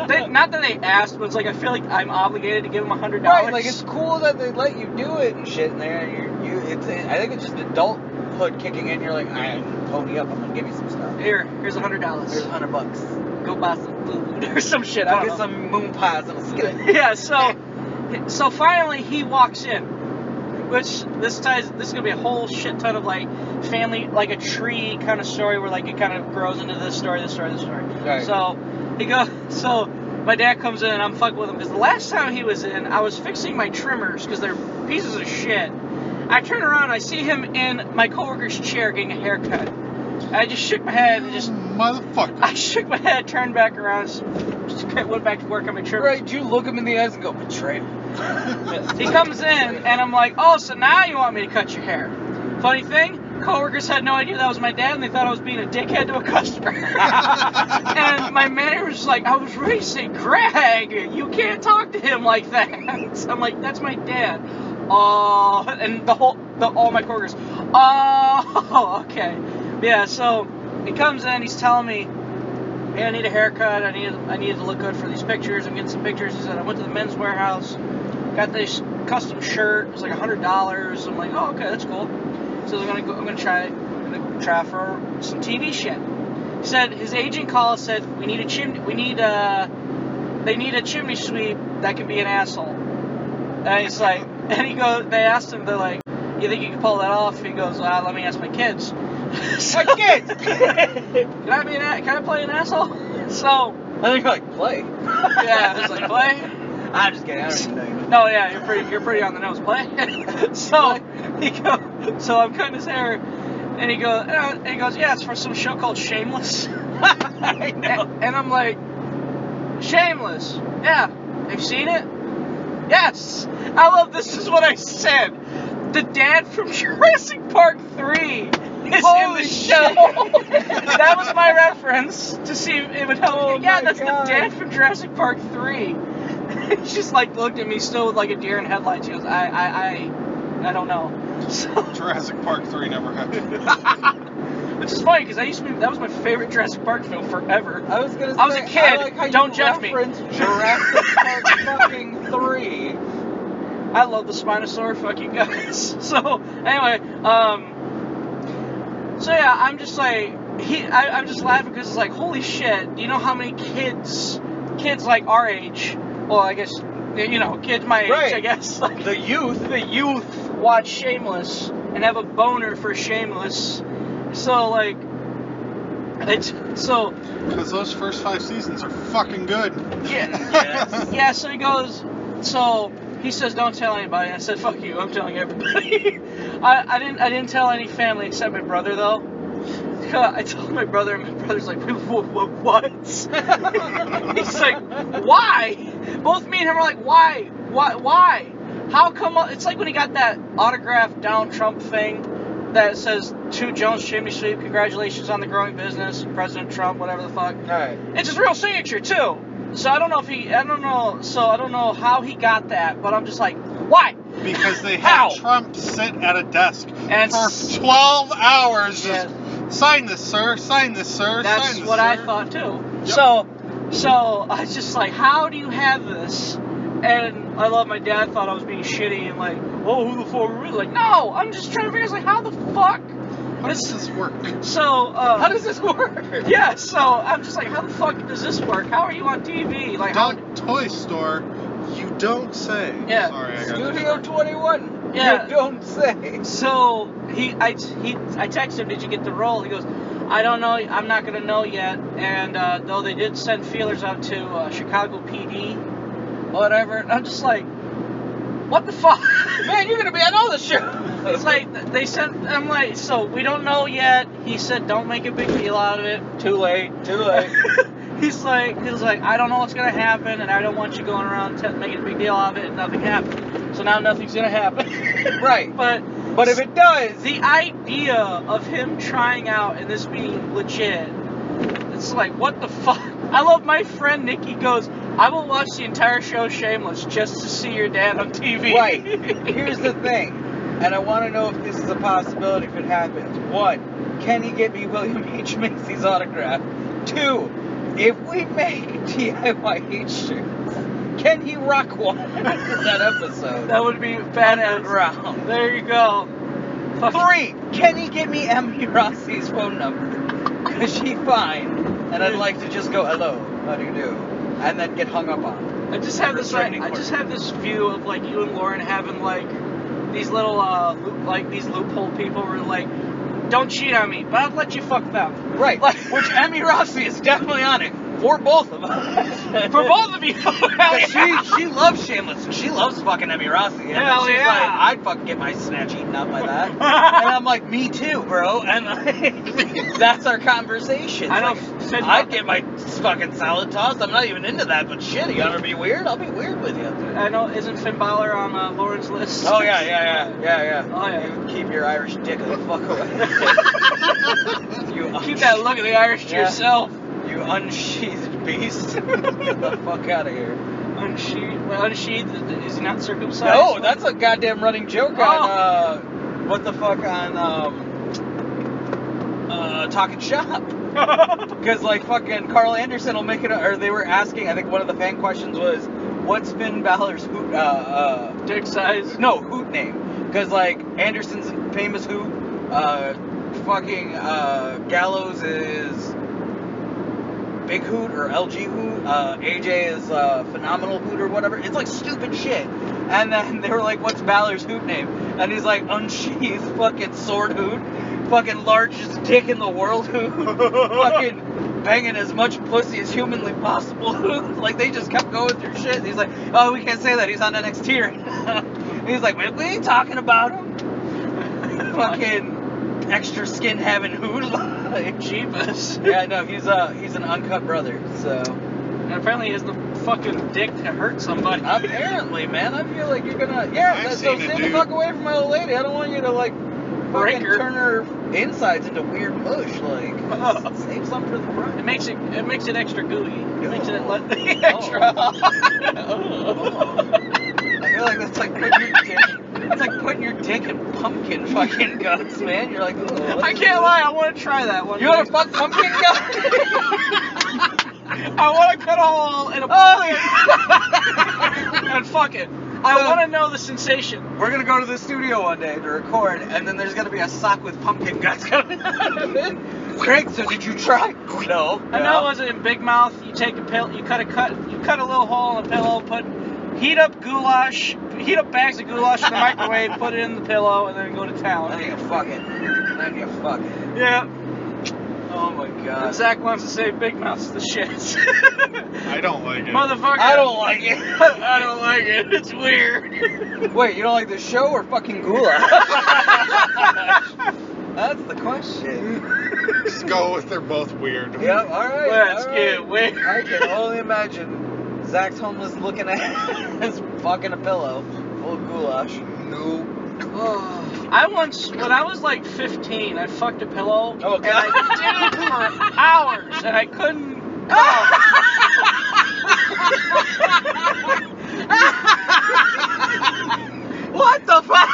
A: they, not that they asked but it's like I feel like I'm obligated to give him a hundred dollars
B: Right, like it's cool that they let you do it and shit in there. And you, you, it's, I think it's just adulthood kicking in. You're like, I am pony up. I'm gonna give you some stuff.
A: here here's a hundred
B: Here's
A: dollars
B: a hundred bucks.
A: go buy some food or some shit I
B: I'll
A: don't know.
B: get some moon pies and a skillet.
A: yeah, so so finally he walks in, which this ties. This is gonna be a whole shit ton of like family, like a tree kind of story where like it kind of grows into this story, this story, this story.
B: Right.
A: So he goes. So my dad comes in and I'm fucking with him because the last time he was in, I was fixing my trimmers because they're pieces of shit. I turn around, I see him in my coworker's chair getting a haircut. I just shook my head and just.
C: Motherfucker.
A: I shook my head, turned back around, just went back to work on my trimmers.
B: Right, you look him in the eyes and go, betrayal.
A: He comes in and I'm like, oh, so now you want me to cut your hair? Funny thing, coworkers had no idea that was my dad and they thought I was being a dickhead to a customer. and my manager was like, I was ready to say, Greg, you can't talk to him like that. So I'm like, that's my dad. Oh, and the whole, the, all my coworkers. Oh, okay. Yeah, so he comes in, he's telling me, hey, I need a haircut. I need I need to look good for these pictures. I'm getting some pictures. He said I went to the men's warehouse, got this custom shirt. It was like hundred dollars. I'm like, oh okay, that's cool. So I'm gonna go, I'm gonna try I'm gonna try for some TV shit. He said his agent called said we need a chimney we need a they need a chimney sweep that can be an asshole. And he's like and he goes they asked him they're like you think you can pull that off? He goes, well, let me ask my kids.
B: My kids!
A: Can I be an a- can I play an asshole? So
B: And then you're like, play.
A: yeah, it's like play.
B: I'm just kidding. I don't even know. you.
A: No, yeah, you're pretty, you're pretty on the nose. Play. so he go, so I'm cutting his hair, and he goes, and, I- and he goes, yeah, it's for some show called Shameless.
B: I know.
A: And, and I'm like, Shameless. Yeah, have you seen it? Yes. I love this. Is what I said. The dad from Jurassic Park Three. Is in
B: Holy
A: the show. that was my reference to see if it would help.
B: Oh
A: yeah,
B: my
A: that's
B: God.
A: the dad from Jurassic Park Three. She just like looked at me still with like a deer in headlights. She goes, I, I, I, I don't know. So,
C: Jurassic Park 3 never happened.
A: which is funny because I used to be that was my favorite Jurassic Park film forever.
B: I was gonna say,
A: I was a kid.
B: like how
A: Don't
B: you
A: judge me.
B: referenced Jurassic Park fucking 3.
A: I love the Spinosaur fucking guys. So anyway, um, so yeah, I'm just like he, I, I'm just laughing because it's like holy shit, you know how many kids, kids like our age, well I guess you know kids my age I
B: Right.
A: guess like
B: The youth.
A: the youth watch Shameless and have a boner for Shameless. So like, it's so
C: Because those first five seasons are fucking good.
A: yeah, yeah. So he goes. So he says, "Don't tell anybody." I said, "Fuck you! I'm telling everybody." I, I didn't I didn't tell any family except my brother though. I told my brother, and my brother's like, "Wha- wha- "What?" He's like, "Why?" Both me and him are like, "Why? Why? Why? How come?" It's like when he got that autographed Donald Trump thing that says to Jones Chimney Sweep, congratulations on the growing business, President Trump, whatever the fuck.
B: Alright.
A: It's his real signature too. So I don't know if he, I don't know, so I don't know how he got that, but I'm just like, why?
C: Because they
A: How?
C: had Trump sit at a desk
A: And s-
C: for 12 hours.
A: Yeah.
C: Just, sign this, sir. Sign this, sir.
A: That's
C: sign this,
A: what I
C: sir."
A: thought too. So, so I was just like, how do you have this? And I love my dad thought I was being shitty and like, oh, who the fuck are we? Like, no, I'm just trying to figure out like, how the fuck?
C: How does this work?
A: So, uh,
B: How does this work?
A: Yeah, so I'm just like, how the fuck does this work? How are you on TV? Like, how?
C: Don't toy store. You don't say.
A: Yeah.
C: Sorry, I got
B: Studio
C: distracted.
B: 21.
A: Yeah.
B: You don't say.
A: So he, I, he, I text him, did you get the role? He goes, I don't know, I'm not gonna know yet. And uh, though they did send feelers out to uh, Chicago PD, whatever. And I'm just like, what the fuck,
B: Man, you're gonna be on all the shows.
A: It's like they sent. I'm like, so we don't know yet. He said, don't make a big deal out of it.
B: too late. Too late.
A: he's like, he's like, I don't know what's gonna happen, and I don't want you going around t- making a big deal out of it, and nothing happened. So now nothing's gonna happen.
B: right.
A: but
B: But if it does,
A: The idea of him trying out and this being legit, it's like, what the fuck? I love my friend Nikki goes, I will watch the entire show Shameless just to see your dad on TV.
B: Right. Here's the thing, and I want to know if this is a possibility if it happens. One, can he get me William H. Macy's autograph? Two, if we make DIY shirts, can he rock one for that episode?
A: That would be badass.
B: Underground.
A: There you go. Fuck.
B: Three, can he get me Emily Rossi's phone number? Because she fine, and I'd like to just go, hello, how do you do? And then get hung up on.
A: I just have this like,
B: Restraining
A: I
B: order.
A: just have this view of like you and Lauren having like these little uh loop, like these loophole people were like, don't cheat on me, but I'll let you fuck them.
B: Right,
A: Like-
B: which Emmy Rossi is definitely on it for both of us.
A: For both of you. Hell
B: But
A: yeah.
B: she she loves Shameless. and She loves fucking Emmy Rossi. And
A: Hell
B: she's
A: yeah.
B: like, I'd fucking get my snatch eaten up by that. and I'm like, me too, bro. And like, that's our conversation.
A: I know.
B: Like,
A: Fed-
B: I'd get my fucking salad tossed. I'm not even into that, but shit, you want to be weird? I'll be weird with you.
A: I know. Isn't Finn Balor on uh, Lauren's list?
B: Oh yeah, yeah, yeah, yeah, yeah.
A: Oh, yeah.
B: You keep your Irish dick the fuck away. you
A: Keep that look of the Irish to
B: Yeah.
A: yourself.
B: You unsheathed beast. Get the fuck out of here.
A: Unsheathed. well, Unsheathed. Is he not circumcised?
B: No, that's a goddamn running joke on
A: Oh.
B: uh, what the fuck on um, uh, Talking Shop. Because like fucking Carl Anderson will make it, or they were asking. I think one of the fan questions was, "What's Finn Balor's hoot?" Uh, uh,
A: dick size.
B: no hoot name because like Anderson's famous hoot, uh, fucking uh, Gallows is big hoot or LG hoot. Uh, AJ is uh, phenomenal hoot or whatever. It's like stupid shit. And then they were like, "What's Balor's hoot name?" And he's like, "Unsheathed fucking sword hoot, fucking largest dick in the world hoot, fucking banging as much pussy as humanly possible hoot." like they just kept going through shit. And he's like, "Oh, we can't say that. He's on NXT." Right now. he's like, "We- "We ain't talking about him." fucking extra skin having hoot like
A: Jeebus.
B: yeah, no, he's uh he's an uncut brother. So
A: And apparently he has the fucking dick to hurt somebody.
B: apparently, man, I feel like you're gonna yeah.
C: I've
B: that- so
C: seen a
B: stay the
C: dude-
B: fuck away from my old lady. I don't want you to like
A: Break
B: fucking
A: her.
B: turn her insides into weird mush. Like save some for the
A: It
B: front.
A: makes it it makes it extra gooey. It makes it le-
B: Oh.
A: extra.
B: I feel like that's like putting your dick. It's like putting your dick in pumpkin fucking guts, man. You're like, "Ugh, what
A: I
B: is
A: can't
B: this?"
A: lie. I want to try that one.
B: You
A: day.
B: want to fuck pumpkin guts?
A: I want to cut a hole in a
B: Oh,
A: and fuck it. I
B: So-
A: want to know the sensation.
B: We're gonna go to the studio one day to record, and then there's gonna be a sock with pumpkin guts coming out of it. Craig, so did you try? No.
A: I know it wasn't in Big Mouth. You take a pill, you cut a cut, you cut a little hole in a pillow, put heat up goulash, heat up bags of goulash in the microwave, put it in the pillow, and then go to
B: Then
A: town.
B: you fuck it. Then you fuck it.
A: Yeah.
B: Oh my
A: And
B: god.
A: Zach wants to say Big Mouth's the shit.
C: I don't like it.
A: Motherfucker.
B: I don't like it.
A: I don't like it. It's weird.
B: Wait, you don't like the show or fucking goulash? That's the question.
C: Just go with they're both weird.
B: Yep. All right.
A: Let's
B: all right.
A: get weird.
B: I can only imagine Zach's homeless looking at his fucking a pillow full of goulash. Oh.
C: No.
A: I once, when I was like 15, I fucked a pillow.
B: Oh,
A: And
B: God.
A: I did it for hours, and I couldn't. come.
B: What the fuck?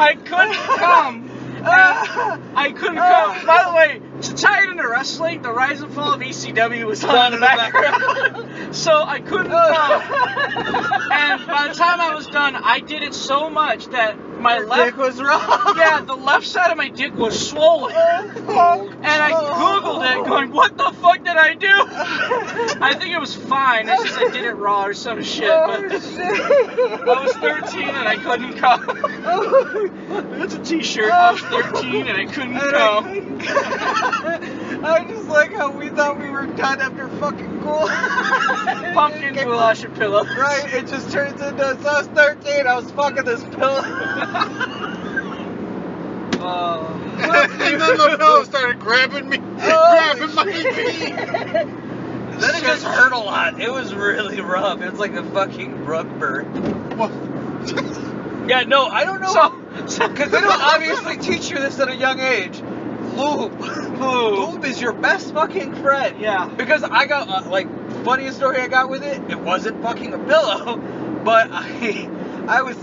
A: I couldn't come. And I couldn't come. By the way, to tie it into wrestling, the rise and fall of ECW was on, in the background. so I couldn't come. And by the time I was done, I did it so much that my left
B: Dick was wrong.
A: Yeah, the left side of my dick was swollen. And I Googled it, going, what the fuck did I do? I think it was fine. I just I did it raw or some shit.
B: Oh,
A: But
B: shit.
A: I was 13 and I couldn't come. That's a T-shirt. I was 13 and I
B: And
A: couldn't
B: Oh. I
A: come.
B: couldn't- I just like how we thought we were done after fucking goulash.
A: Pumpkin goulash and pillow.
B: Right, it just turns into, so I was 13, I was fucking this pillow. Oh.
A: Uh,
C: and then the pillow started grabbing me,
A: Oh,
C: grabbing my feet.
B: Then it just hurt a lot. It was really rough. It was like a fucking rug burn.
C: Well,
B: Yeah, no, I don't know.
A: So, so
B: Because they don't obviously teach you this at a young age. Lube.
A: Lube.
B: Lube is your best fucking friend.
A: Yeah.
B: Because I got, uh, like, funniest story I got with it, it wasn't fucking a pillow, but I, I was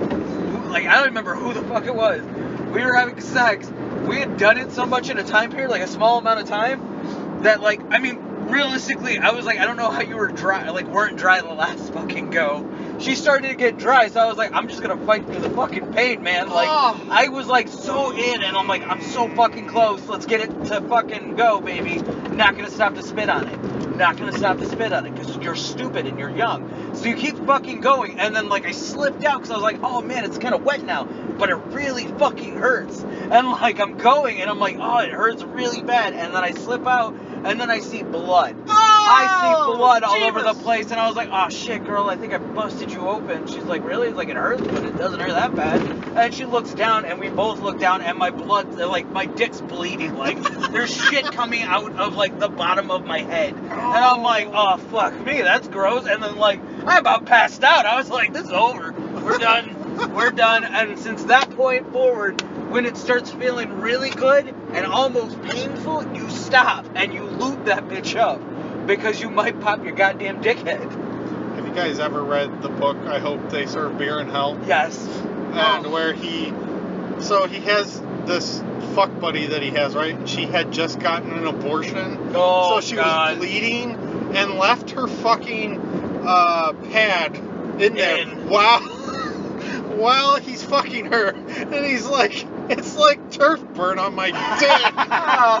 B: fucking, like, I don't remember who the fuck it was. We were having sex. We had done it so much in a time period, like a small amount of time, that, like, I mean, realistically, I was like, I don't know how you were dry, like, weren't dry the last fucking go. She started to get dry, so I was like, I'm just gonna fight through the fucking pain, man. Like,
A: Oh.
B: I was like so in, and I'm like, I'm so fucking close. Let's get it to fucking go, baby. Not gonna stop to spit on it. Not gonna stop to spit on it because you're stupid and you're young. So you keep fucking going, and then like I slipped out because I was like, oh man, it's kind of wet now, but it really fucking hurts. And like I'm going, and I'm like, oh, it hurts really bad. And then I slip out, and then I see blood. I see blood all over the
A: Oh, Jesus.
B: place, and I was like, "Oh shit, girl, I think I busted you open." She's like, "Really?" It's like it hurts, but it doesn't hurt that bad. And she looks down, and we both look down, and my blood, like my dick's bleeding, like there's shit coming out of like the bottom of my head, and I'm like, "Oh fuck me, that's gross." And then like I about passed out. I was like, "This is over. We're done. We're done." And since that point forward, when it starts feeling really good and almost painful, you stop and you lube that bitch up because you might pop your goddamn dickhead.
C: Have you guys ever read the book I Hope They Serve Beer in Hell?
B: Yes.
C: and where he so he has this fuck buddy that he has right and she had just gotten an abortion
B: Oh,
C: so she
B: God.
C: was bleeding and left her fucking uh, pad in there
B: In.
C: wow while he's fucking her and he's like it's like turf burn on my dick Uh,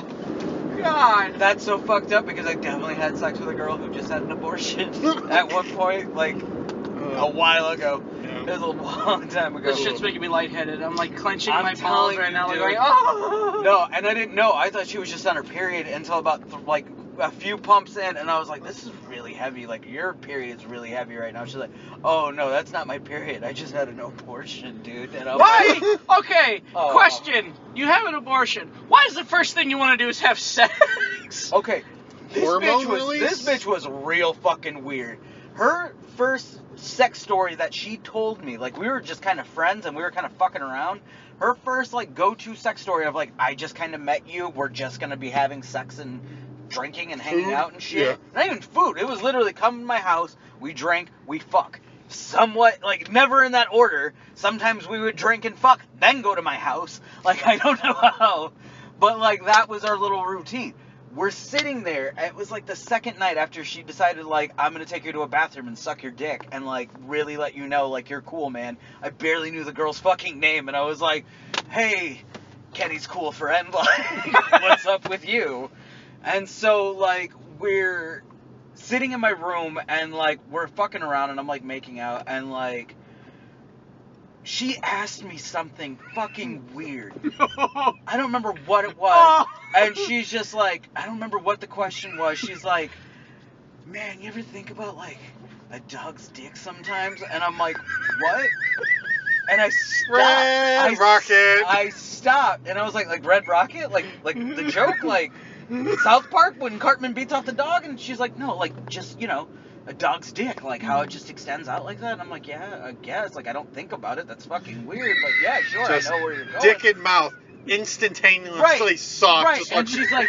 A: Oh, God.
B: That's so fucked up because I definitely had sex with a girl who just had an abortion at one point, like a while ago. It
C: Yeah.
B: was a long time ago.
A: This shit's making me lightheaded. I'm like clenching
B: I'm
A: my
B: telling
A: palms right
B: you,
A: now, like
B: dude.
A: going, oh.
B: No, and I didn't know. I thought she was just on her period until about th- like a few pumps in, and I was like, "This is really heavy. Like your period's really heavy right now." She's like, "Oh no, that's not my period. I just had an abortion, dude." And I'm like,
A: "Oh, Why? Okay.
B: Oh.
A: Question: You have an abortion. Why is the first thing you want to do is have sex?
B: Okay. This
C: Hormone
B: bitch was this
C: release?
B: bitch was real fucking weird. Her first sex story that she told me, like we were just kind of friends and we were kind of fucking around. Her first like go-to sex story of like I just kind of met you, we're just gonna be having sex and drinking and hanging
C: Food?
B: out and shit.
C: Yeah.
B: Not even food. It was literally come to my house, we drank, we fuck. Somewhat like never in that order. Sometimes we would drink and fuck, then go to my house. Like I don't know how, but like that was our little routine. We're sitting there. It was like the second night after she decided like I'm gonna take you to a bathroom and suck your dick and like really let you know like you're cool, man. I barely knew the girl's fucking name and I was like, hey, Kenny's cool friend. Like what's up with you? And so like we're sitting in my room and like we're fucking around and I'm like making out and like she asked me something fucking weird. I don't remember what it
C: Oh.
B: was. and she's just like, I don't remember what the question was. She's like, man, you ever think about like a dog's dick sometimes? And I'm like, what? And I stopped. I,
C: Red Rocket.
B: I stopped and I was like, like Red Rocket, like like the joke, like South Park when Cartman beats off the dog, and she's like, no, like just you know, a dog's dick, like how it just extends out like that. And I'm like, yeah, I guess. Like I don't think about it. That's fucking weird. But yeah, sure,
C: Just
B: I know where you're going.
C: dick in mouth instantaneously
B: Right,
C: soft
B: right,
C: just
B: and
C: like
B: she's like,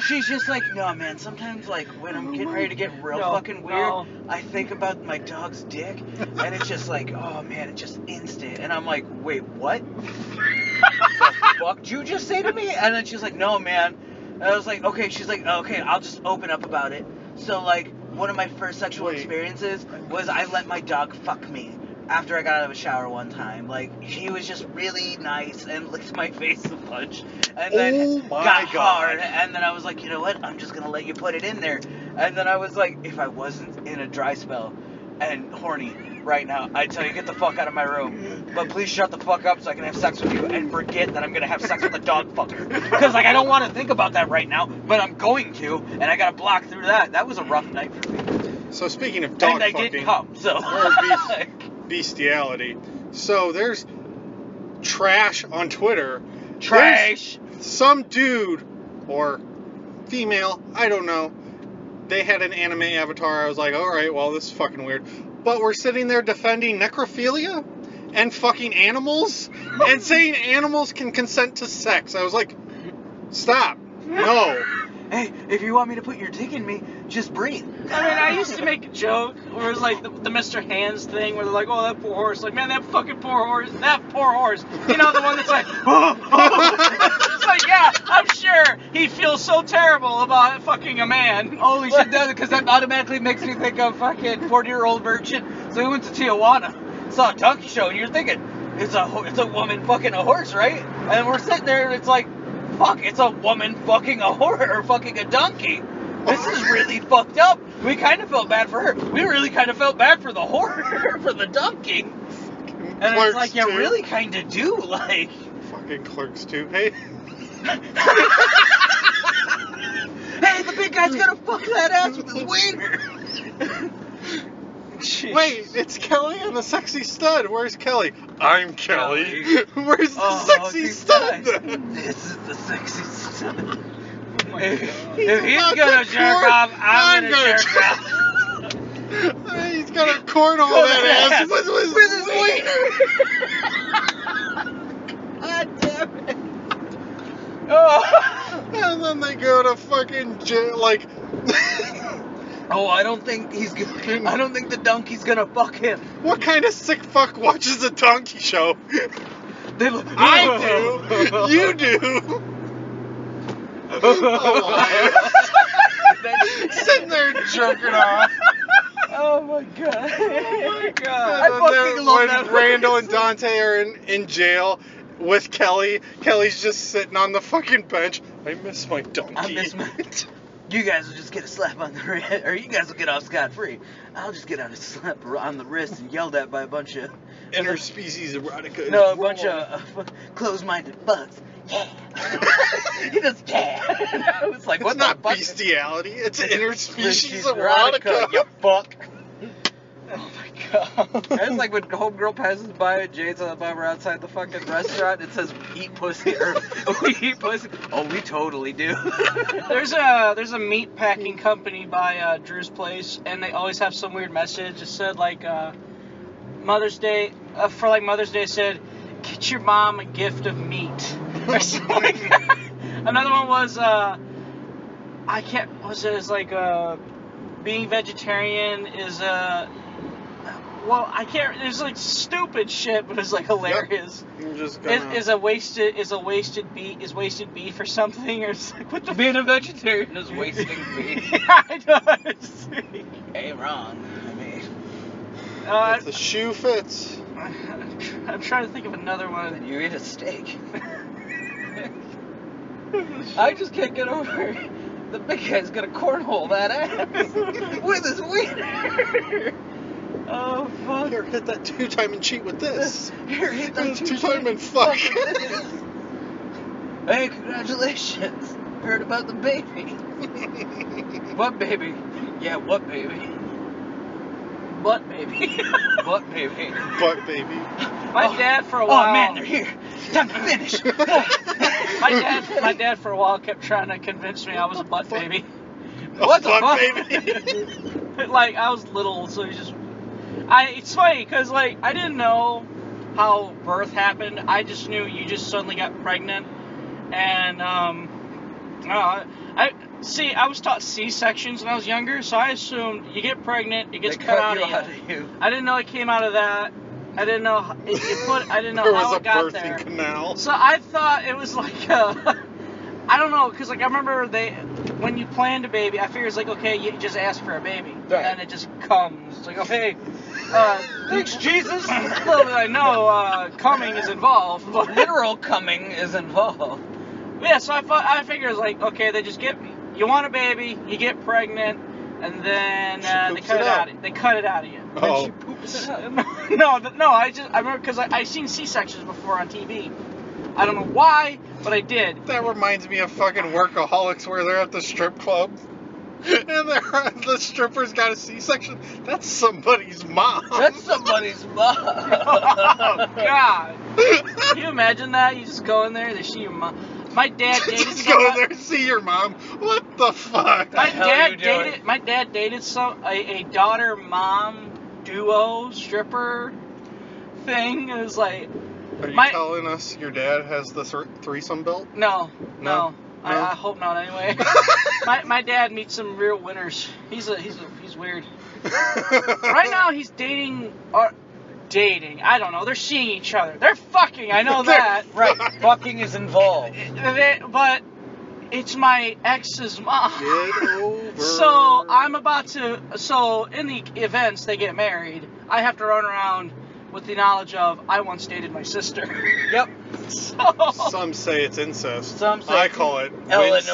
B: she's just like, no, man. Sometimes, like, when I'm getting ready to get real
A: No,
B: fucking weird,
A: no.
B: I think about my dog's dick, and it's just like, oh man, it's just instant. And I'm like, wait, what? the fuck did you just say to me? And then she's like, no, man. And I was like, okay. She's like, okay, I'll just open up about it. So like, one of my first sexual
C: Wait.
B: experiences was I let my dog fuck me after I got out of a shower one time. Like, he was just really nice and licked my face a bunch, and
C: Oh
B: then
C: my
B: got
C: God.
B: hard. And then I was like, you know what? I'm just gonna let you put it in there. And then I was like, if I wasn't in a dry spell and horny right now, I'd tell you get the fuck out of my room. But please shut the fuck up so I can have sex with you and forget that I'm gonna have sex with a dog fucker. Because like I don't want to think about that right now, but I'm going to, and I gotta block through that. That was a rough night for me.
C: so speaking of dog
B: and I
C: fucking
B: did come, so.
C: Or beef. bestiality. So there's trash on Twitter.
B: Trash.
C: There's some dude or female, I don't know. They had an anime avatar. I was like, all right, well, this is fucking weird. But we're sitting there defending necrophilia and fucking animals and saying animals can consent to sex. I was like, stop. No.
B: Hey, if you want me to put your dick in me, just breathe.
A: I mean, I used to make a joke where it's like the, the Mr. Hands thing where they're like, oh, that poor horse. Like, man, that fucking poor horse. That poor horse. You know, the one that's like, oh, oh. It's like, yeah, I'm sure he feels so terrible about fucking a man.
B: Holy shit, that because that automatically makes me think of fucking 40 year old virgin. So we went to Tijuana, saw a donkey show, and you're thinking, it's a ho- it's a woman fucking a horse, right? And we're sitting there, and it's like, fuck, it's a woman fucking a horse or fucking a donkey. This is really fucked up. We kind of felt bad for her. We really kind of felt bad for the horse, for the donkey. And it's like, you
C: too.
B: really kind of do, like.
C: Fucking clerks too. Hey,
B: Hey, the big guy's gonna fuck that ass with his wiener. Jeez.
C: wait, it's Kelly and the sexy stud. Where's Kelly? I'm Kelly. Where's the
B: Oh,
C: sexy
B: these
C: stud?
B: guys. This is the sexy stud.
A: Oh my
B: if,
A: God.
B: if he's
C: about
B: gonna
C: to
B: jerk
C: court,
B: off, I'm,
C: I'm
B: gonna,
C: gonna
B: jerk off.
C: He's gonna corn all that ass with, with,
B: With his
C: his wiener.
B: God damn it. Oh.
C: And then they go to fucking jail. Like,
B: oh, I don't think he's gonna. I don't think the donkey's gonna fuck him.
C: what kind of sick fuck watches a donkey show?
B: They look,
C: I do. You do. Sitting there jerking off.
B: Oh my god. Oh my god.
C: And
B: I
C: then
B: fucking love
C: when
B: that
C: Randall
B: movie.
C: and Dante are in, in jail with Kelly, Kelly's just sitting on the fucking bench. I miss my donkey.
B: I miss my. You guys will just get a slap on the wrist, or you guys will get off scot free. I'll just get on a slap r- on the wrist and yelled at by a bunch of
C: interspecies erotica.
B: no, a bunch of uh, close-minded fucks. Yeah. he just yeah. I was like,
C: It's
B: what
C: not
B: the fuck?
C: bestiality. It's
B: It's
C: interspecies
B: interspecies
C: erotica.
B: erotica, you
C: fuck.
B: Oh my god. That's like when homegirl passes by and Jade's on the bum or outside the fucking restaurant and it says, eat pussy, or we eat pussy. Oh, we totally do.
A: There's a there's a meat packing company by uh, Drew's place, and they always have some weird message. It said like uh, Mother's Day uh, for like Mother's Day it said, get your mom a gift of meat or something. like that. Another one was uh, I can't what was it? It's like uh, being vegetarian is uh, well I can't. It's like stupid shit, but it's like hilarious
C: I'm just
A: is,
C: gonna.
A: is a wasted is a wasted beef is wasted beef or something or it's like what the
B: Being a vegetarian is wasting me.
A: yeah, I know. It's-
B: Hey, wrong. I mean,
A: Uh,
C: if the shoe fits.
A: I'm trying to think of another one.
B: then you eat a steak. I just can't get over it. The big guy's gonna cornhole that ass with his wiener.
A: Oh fuck!
C: Here, hit that two time and cheat with this.
B: Here, hit that
C: Two
B: two-time
C: time and fuck.
B: Hey, congratulations. Heard about the baby. What baby? Yeah, what baby?
A: Butt baby.
B: What baby?
C: Butt baby.
A: My
B: Oh.
A: dad for a
B: Oh
A: while.
B: man, they're here. Time to finish.
A: My dad, my dad for a while kept trying to convince me I was a butt baby.
C: A
B: What the
C: Oh, butt
B: fuck?
C: baby?
A: But, like I was little, so he just. I it's funny because like I didn't know how birth happened. I just knew you just suddenly got pregnant, and um, I, don't know, I I- see. I was taught C sections when I was younger, so I assumed you get pregnant, it
B: They
A: gets cut,
B: cut
A: out
B: you
A: of you.
B: out of you.
A: I didn't know it came out of that. I didn't know h- it, it put. I didn't know
C: there
A: how
C: was a
A: it got
C: birthing
A: there.
C: canal.
A: So I thought it was like I I don't know, cause like I remember they, when you planned a baby, I figured it's like okay, you just ask for a baby,
B: Right.
A: and it just comes. It's like okay, uh,
B: Thanks, Jesus.
A: little did I know uh, coming is involved. But
B: Literal coming is involved.
A: yeah, so I thought I figured it's like okay, they just get you want a baby, you get pregnant, and then
C: She
A: uh, they
C: poops
A: cut
C: it
A: it
C: out.
A: out. They cut it out of you.
C: Oh.
A: no, th- no, I just I remember because I I seen C sections before on TV. I don't know why, but I did.
C: That reminds me of fucking workaholics where they're at the strip club. And they're, the stripper's got a C-section. That's somebody's mom.
B: That's somebody's mom.
A: Oh God! Can you imagine that? You just go in there, they see your mom. My dad dated
C: Just
A: someone-
C: go in there and see your mom. What the fuck?
A: My
B: The hell are you
A: dad
B: doing?
A: dated. My dad dated some a, a daughter mom duo stripper thing. It was like,
C: Are you
A: My-
C: telling us your dad has the thre- threesome belt?
A: no, no.
C: No?
A: I,
C: No?
A: I hope not. Anyway, my, my dad meets some real winners. He's a he's a he's weird. Right now he's dating or dating. I don't know. They're seeing each other. They're fucking. I know
C: They're
A: that.
B: Right, fucking is involved.
A: They- but it's my ex's mom.
C: Get over.
A: So I'm about to. So in the events they get married, I have to run around with the knowledge of I once dated my sister.
B: Yep.
A: So
C: Some say it's incest.
B: Some say
C: I call it wincest.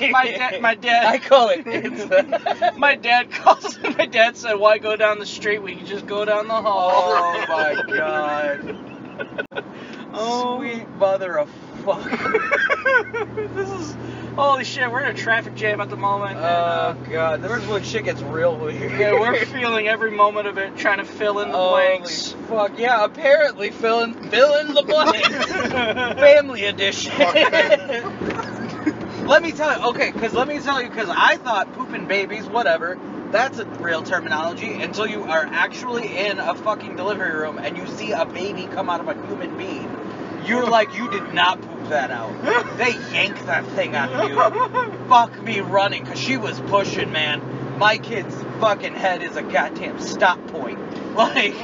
B: Illinois.
A: my dad, my dad,
B: I call it. incest.
A: my dad calls. My dad said, "Why go down the street? We can just go down the hall."
B: oh my god.
A: Oh.
B: Sweet mother of fuck.
A: this is holy shit. We're in a traffic jam at the moment. and,
B: Oh
A: uh,
B: god, this is when shit gets real weird.
A: yeah, we're feeling every moment of it, trying to fill in the blanks.
B: Holy Oh, fuck, yeah, apparently fill in, fill in the blanks. Family edition.
C: Fuck that.
B: let me tell you, okay, because let me tell you, because I thought pooping babies, whatever, that's a real terminology until you are actually in a fucking delivery room and you see a baby come out of a human being. You're like, you did not poop that out. They yank that thing out of you fuck me running because she was pushing, man. My kid's fucking head is a goddamn stop point. Like,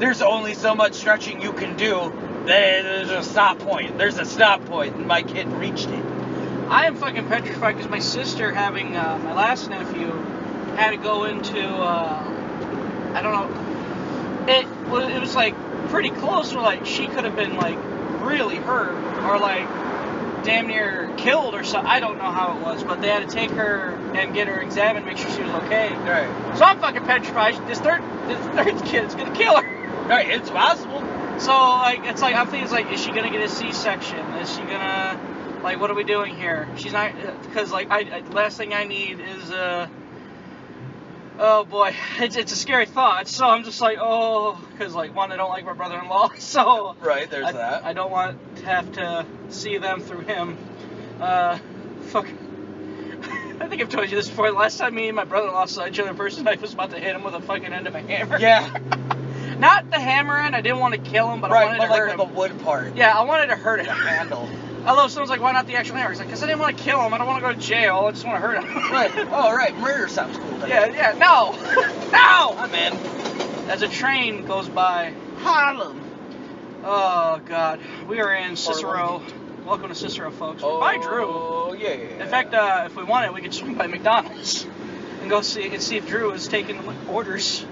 B: there's only so much stretching you can do. There- There's a stop point. There's a stop point, and my kid reached it.
A: I am fucking petrified because my sister, having uh, my last nephew, had to go into uh, I don't know. It was it was like pretty close where like she could have been like really hurt or like damn near killed or something. I don't know how it was, but they had to take her and get her examined, make sure she was okay.
B: Right.
A: So I'm fucking petrified. This third this third kid's gonna kill her.
B: Right. It's possible.
A: So like it's like I'm thinking it's like is she gonna get a C-section? Is she gonna like what are we doing here? She's not because like I, I last thing I need is uh oh boy it's it's a scary thought. So I'm just like oh because like one I don't like my brother-in-law so
B: Right. There's
A: I,
B: that.
A: I don't want to have to see them through him. Uh fuck. I think I've told you this before. Last time me and my brother-in-law saw each other in person, I was about to hit him with a fucking end of a hammer.
B: yeah.
A: Not the hammer end. I didn't want to kill him, but I
B: right.
A: wanted
B: But
A: to
B: like
A: hurt
B: with
A: him.
B: the wood part.
A: Yeah, I wanted to hurt
B: The
A: him.
B: handle.
A: Although someone's like, why not the actual hammer? He's like, because I didn't want to kill him. I don't want to go to jail. I just want to hurt him.
B: Right. Oh, right. Murder sounds cool. doesn't
A: yeah,
B: it?
A: yeah, no. no!
B: I'm in.
A: As a train goes by,
B: Harlem.
A: oh, God. We are in Cicero. Welcome to Cicero, folks. We're by Drew.
B: Oh yeah. yeah.
A: In fact, uh, if we wanted, we could swing by McDonald's and go see and see if Drew is taking orders.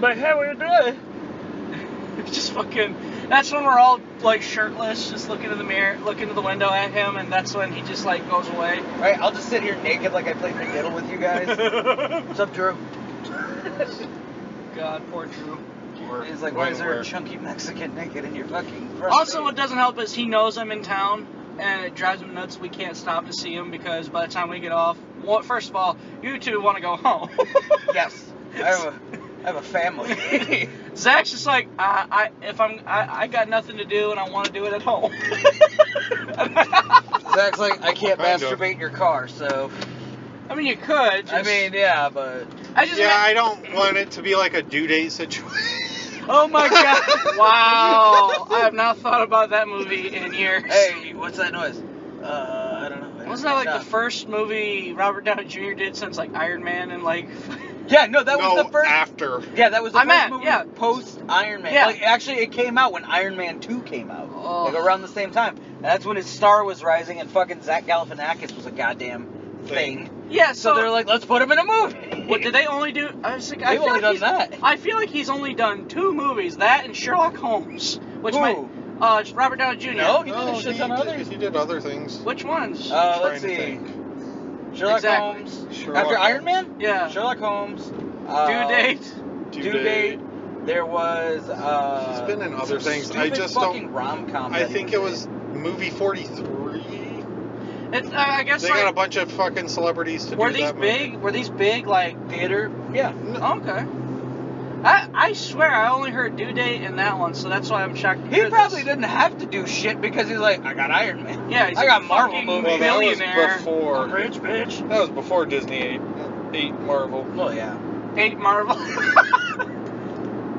B: but how are you doing?
A: It's just fucking. That's when we're all like shirtless, just looking in the mirror, looking to the window at him, and that's when he just like goes away.
B: Alright, I'll just sit here naked like I played the fiddle with you guys. What's up, Drew?
A: God, poor Drew.
B: He's like, why is there a chunky Mexican naked in your fucking front?
A: Also, what doesn't help is he knows I'm in town, and it drives him nuts. We can't stop to see him because by the time we get off, well, first of all, you two want to go home.
B: Yes. I have a, I have a family.
A: Zach's just like, I, I, if I'm, I, I got nothing to do, and I want to do it at home.
B: Zach's like, I can't
C: Kind of.
B: masturbate in your car, so.
A: I mean, you could. Just,
B: I mean, yeah, but.
A: I just.
C: Yeah, I
A: meant-
C: don't want it to be like a due date situation.
A: oh my god! wow, I have not thought about that movie in years.
B: Hey, what's that noise? Uh, I don't know.
A: Wasn't that like
B: Nah.
A: the first movie Robert Downey Jr. did since like Iron Man and like?
B: Yeah, no, that
C: no,
B: was the first.
C: after.
B: yeah, that was the
A: I
B: first
A: meant,
B: movie
A: yeah.
B: post Iron Man.
A: Yeah.
B: Like, actually, it came out when Iron Man 2 came out.
A: Oh.
B: Like around the same time. And that's when his star was rising and fucking Zach Galifianakis was a goddamn
C: Thing.
B: thing.
A: yeah,
B: So they're like, let's put him in a movie.
A: What did they only do? I was like, I
B: They've
A: feel
B: only
A: like
B: done
A: he's-
B: that.
A: I feel like he's only done two movies, that and Sherlock Holmes, which
B: Who?
A: might, uh, Robert Downey Jr.
B: No, he did a
C: No,
B: shit
C: Oh, he,
B: ton of
C: did,
B: others.
C: he did other things.
A: Which ones?
B: Uh,
C: I'm
B: let's
C: trying to
B: see.
C: think.
B: Sherlock
A: Exactly.
B: Holmes.
C: Sherlock
B: After Iron
C: Holmes.
B: Man?
A: yeah.
B: Sherlock Holmes.
A: Due
B: Uh,
A: date.
C: Due
B: Due, date. There was. Uh,
C: He's been in other
B: some
C: things. I
B: stupid
C: just
B: fucking
C: don't-
B: rom com.
C: I think it was movie 43.
A: It's, uh, I guess
C: They
A: like,
C: got a bunch of fucking celebrities to
A: were
C: do
A: these
C: that movie.
A: big? Were these big? Like,
B: Theater. Yeah.
C: No,
A: okay. I I swear I only heard due date in that one, so that's why I'm shocked. to
B: He
A: hear
B: probably
A: this.
B: didn't have to do shit because he's like, I got Iron Man.
A: Yeah, he's
B: I
A: a
B: got Marvel
A: fucking
B: movies.
C: well, that was
A: Millionaire.
C: before.
A: I'm rich bitch.
C: That was before Disney ate, ate Marvel.
B: Well, yeah.
A: Eight Marvel.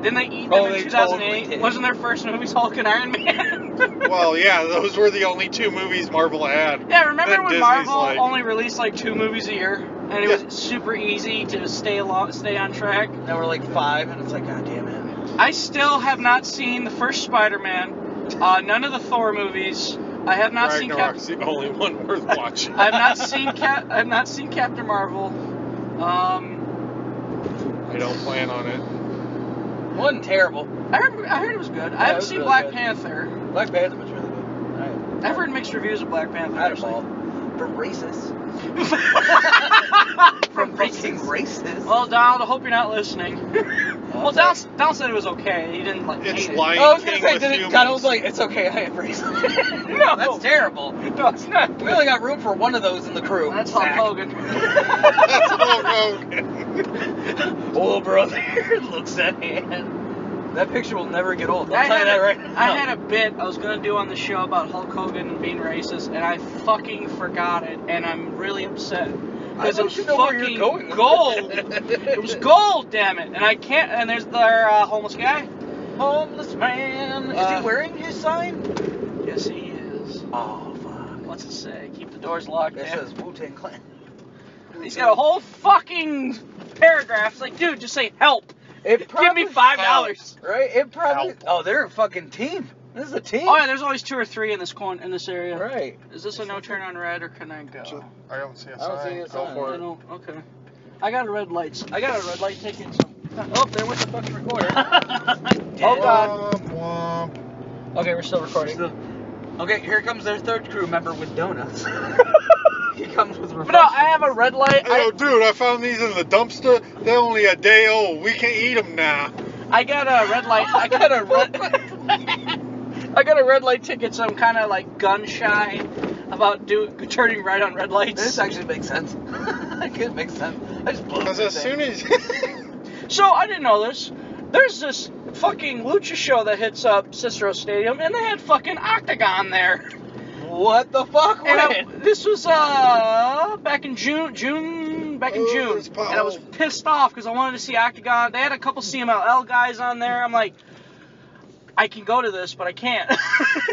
A: Didn't they eat them
B: Oh,
A: in
B: they
A: 2008?
B: totally did.
A: Wasn't their first movie Hulk and Iron Man?
C: Well, yeah, those were the only two movies Marvel had.
A: yeah, remember
C: Then
A: when
C: Disney's
A: Marvel
C: like-
A: only released like two movies a year, and it
C: Yeah.
A: was super easy to stay along, stay on track.
B: Now we're like five, and it's like, God damn it.
A: I still have not seen the first Spider-Man, uh, none of the Thor movies. I have not seen Captain
C: Ragnarok's the only one worth watching.
A: I've not seen Cap. I've not seen Captain Marvel. Um,
C: I don't plan on it.
B: One terrible.
A: I heard. I heard it was good. I
B: it
A: haven't
B: was
A: seen
B: really
A: Black
B: good.
A: Panther.
B: Black Panther was really good.
A: I've heard mixed reviews of Black Panther.
B: Out of
A: actually.
B: all. From racists.
A: From
B: fucking
A: racists.
B: racists.
A: Well, Donald, I hope you're not listening. well, Donald, Donald said it was okay. He didn't like.
C: It's
A: hate it.
C: Lion
B: oh, I was gonna
C: King
B: say,
C: with
B: did it,
C: humans.
B: God, I was like, it's okay, I am racist.
A: No.
B: that's terrible.
A: No, it's not.
B: We only got room for one of those in the crew.
A: That's Hulk
B: Zach.
A: Hogan.
C: That's Hulk Hogan.
B: Oh, brother, looks at hand. That picture will never get old. I'll
A: I
B: tell you
A: had,
B: that
A: a,
B: right
A: I had a bit I was gonna do on the show about Hulk Hogan and being racist, and I fucking forgot it, and I'm really upset because it was
B: you know where you're
A: fucking
B: going. with
A: gold.
B: that.
A: It was gold, damn it! And I can't. And there's their uh, homeless guy.
B: Homeless man. Is
A: Uh,
B: he wearing his sign?
A: Yes, he is.
B: Oh, fuck.
A: What's it say? Keep the doors locked.
B: It
A: man.
B: says Wu Tang Clan.
A: He's got a whole fucking paragraph. It's like, dude, just say help.
B: It
A: Give me five dollars.
B: Right? It probably.
C: Help.
B: Oh, they're a fucking team. This is a team.
A: Oh yeah, there's always two or three in this corner in this area.
B: Right.
A: Is this a no turn on red or can I go?
C: I don't see a
B: I don't see a
C: Go
B: sign.
C: for
A: I
C: it.
A: don't- okay. I got a red light. I got a red light ticket. So. Oh, there went the fucking recorder.
B: Oh, God.
C: Womp, womp.
A: Okay, we're still recording.
B: Okay, here comes their third crew member with donuts. he comes with
A: But no, I have a red light.
C: Yo,
A: I,
C: dude, I found these in the dumpster. They're only a day old. We can eat them now.
A: I got a red light. I got a red. I got a red light ticket, so I'm kind of like gun shy about do, turning right on red
B: This
A: lights.
B: actually makes sense. it makes sense. I just blew
C: Because as soon as
A: So I didn't know this. There's this fucking lucha show that hits up Cicero Stadium, and they had fucking Octagon there.
B: What the fuck?
A: And I-
B: When?
A: this was uh back in June, June, back in
C: Oh,
A: June,
C: it's Paul.
A: and I was pissed off because I wanted to see Octagon. They had a couple CMLL guys on there. I'm like, I can go to this, but I can't.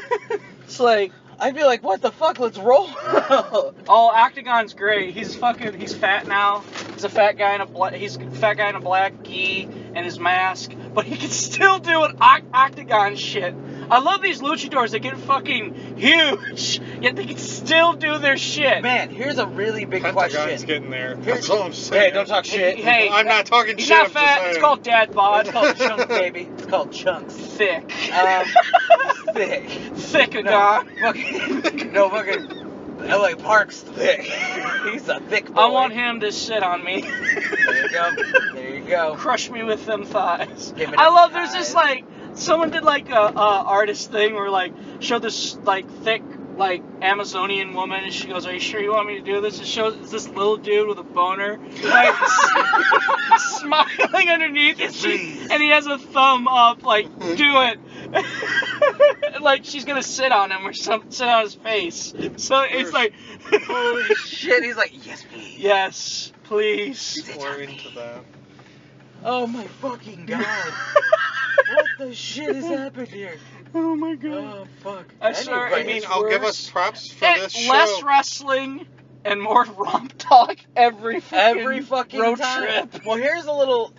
A: it's like,
B: I'd be like, what the fuck? Let's roll.
A: oh, Octagon's great. He's fucking, he's fat now. He's a fat guy in a black, he's a fat guy in a black gi and his mask, but he can still do an oc- Octagon shit. I love these luchadors. They get fucking huge, yet they can still do their shit.
B: Man, here's a really big
C: Pentagon's
B: question.
C: getting there. That's all I'm saying.
B: Hey, don't talk shit.
A: Hey, hey.
C: I'm not talking
A: He's
C: shit.
A: not
C: I'm
A: fat.
C: Just
A: It's
C: saying.
A: called dad bod.
B: Oh, It's called chunks, baby. It's called chunks.
A: thick.
B: Um, thick.
A: thick
B: No,
A: dog.
B: fucking, no fucking. LA Park's thick. He's a thick boy.
A: I want him to sit on me.
B: There you go. There you go.
A: Crush me with them thighs.
B: Give me
A: I
B: them
A: love. There's this
B: thighs.
A: like someone did like a, a artist thing where like show this like thick like Amazonian woman and she goes, "Are you sure you want me to do this?" It shows it's this little dude with a boner, like s- smiling underneath, and, she, and he has a thumb up, like do it.
B: Mm-hmm.
A: like she's gonna sit on him or some sit on his face. So it's like,
B: Holy shit. He's like, yes, please.
A: yes, please.
C: We're into that.
B: Oh my fucking god. what the shit has happened here?
A: Oh my
B: Oh fuck.
A: I swear,
C: I
A: It
C: mean,
A: gets
C: I'll give
A: worse.
C: us props for
A: And
C: this show.
A: less wrestling and more romp talk every fucking
B: every fucking
A: road
B: time.
A: trip.
B: Well, here's a little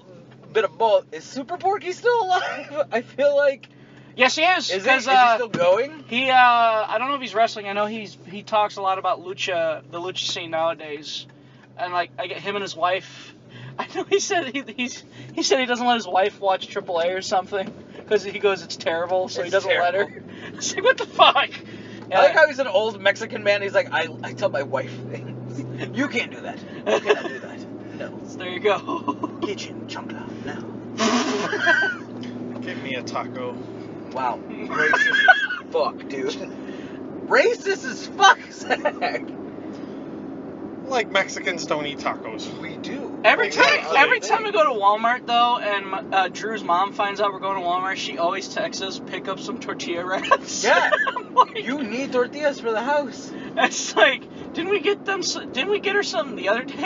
B: bit of both. Is Super Porky still alive? I feel like
A: Yes, he is.
B: is, it,
A: 'cause,
B: is
A: uh,
B: he still going?
A: he uh, I don't know if he's wrestling. I know he's he talks a lot about lucha, the lucha scene nowadays, and like I get him and his wife. I know he said he he's, he said he doesn't let his wife watch AAA or something because he goes it's terrible, so he
B: It's
A: doesn't let her.
B: terrible.
A: It's like what the fuck.
B: I like how he's an old Mexican man. He's like, I, I tell my wife things. You can't do that. You cannot do that. No.
A: there you go.
B: Kitchen chunkla. No.
C: Give me a taco.
B: Wow. Racist as fuck, dude. Racist as fuck, Zach.
C: Like Mexicans don't eat tacos.
B: We do.
A: Every
C: Like,
A: time,
C: that's the
A: every
B: thing.
A: time we go to Walmart though, and my- uh, Drew's mom finds out we're going to Walmart, she always texts us, "Pick up some tortilla wraps."
B: Yeah.
A: I'm like,
B: You need tortillas for the house.
A: It's like, didn't we get them? s- Didn't we get her some the other day?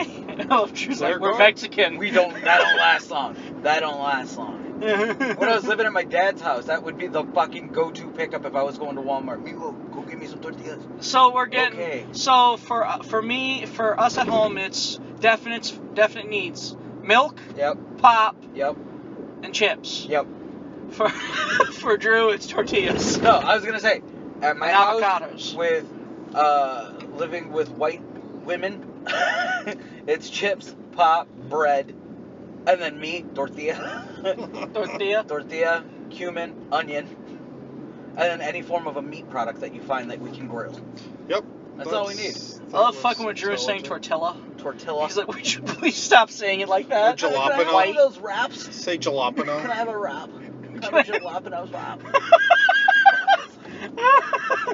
A: oh, Drew's
C: They're
A: like, we're
C: gone.
A: Mexican.
B: We don't. That don't last long. That don't last long. When I was living at my dad's house, that would be the fucking go-to pickup if I was going to Walmart. Mijo, go get me some tortillas.
A: So we're getting.
B: Okay.
A: So for uh, for me, for us at home, it's definite definite needs: milk,
B: Yep,
A: pop,
B: yep,
A: and chips.
B: yep.
A: For for Drew, it's tortillas.
B: No, I was gonna say, at my
A: And
B: house
A: avocados.
B: with uh, living with white women, it's chips, pop, bread, and then me, tortilla,
A: Tortilla.
B: tortilla, cumin, onion, and then any form of a meat product that you find that we can grill.
C: Yep.
B: That's all we
A: I love fucking when Drew is saying
C: tortilla.
A: tortilla.
B: Tortilla.
A: He's like, would you please stop saying it like that?
B: Can I have
C: Jalapeno.
B: one of those wraps?
C: Say
B: Can I
C: jalapeno.
B: have a wrap? Can I have a jalapeno wrap?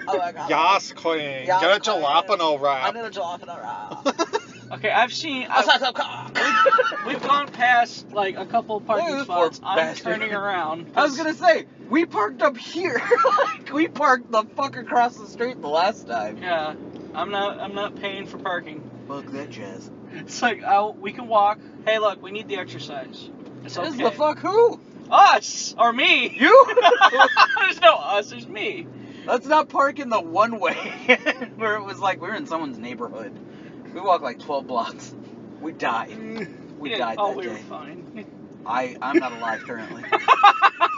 B: Oh my god.
C: Yas, Queen.
B: Yas,
C: Get a
B: queen.
C: jalapeno
B: I
C: wrap.
B: need a jalapeno wrap.
A: okay, I've seen.
B: I'll
A: I've,
B: stop, stop, stop.
A: we've gone past like a couple
B: Look at
A: parking
B: this poor
A: spots. I'm
B: bastard.
A: turning around.
B: I was gonna say, we parked up here. like, we parked the fuck across the street the last time.
A: Yeah, I'm not. I'm not paying for parking.
B: Fuck that jazz.
A: It's like, oh, we can walk. Hey, look, we need the exercise. It's
B: This is
A: okay.
B: the fuck who?
A: Us or me?
B: You?
A: there's no us. There's me.
B: Let's not park in the one way where it was like we were in someone's neighborhood. We walked like 12 blocks. We died. We
A: Yeah,
B: died
A: oh,
B: that
A: we
B: day.
A: were fine.
B: I, I'm not alive currently.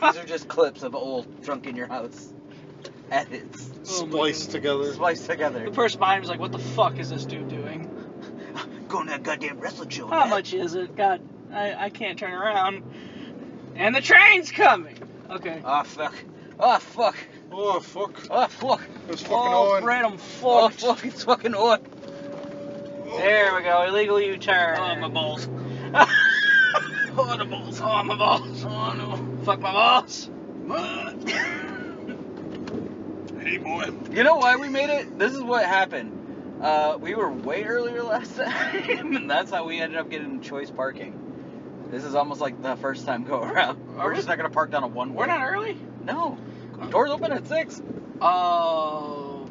B: These are just clips of old drunk in your house edits
A: Oh my
C: Spliced
A: God.
C: together.
B: spliced together.
A: The person behind me was like, what the fuck is this dude doing?
B: Going to that goddamn wrestling show.
A: How
B: man.
A: much is it? God, I, I can't turn around. And the train's coming. Okay.
B: Ah fuck. Ah fuck.
C: Oh, fuck.
B: Ah fuck.
C: It's fucking
A: oh,
C: on.
A: Fred, I'm
B: Oh
A: fucked.
B: fuck. It's fucking on.
A: There we go. Illegal U-turn.
B: Oh, my
A: balls. oh, the balls. Oh, my balls. Oh, no. Fuck my balls.
C: Hey, boy.
B: You know why we made it? This is what happened. Uh, we were way earlier last time, and that's how we ended up getting choice parking. This is almost like the first time go around.
A: Are
B: We're
A: we-
B: just not gonna park down a one.
A: We're not early?
B: No. Doors open at six.
A: Oh,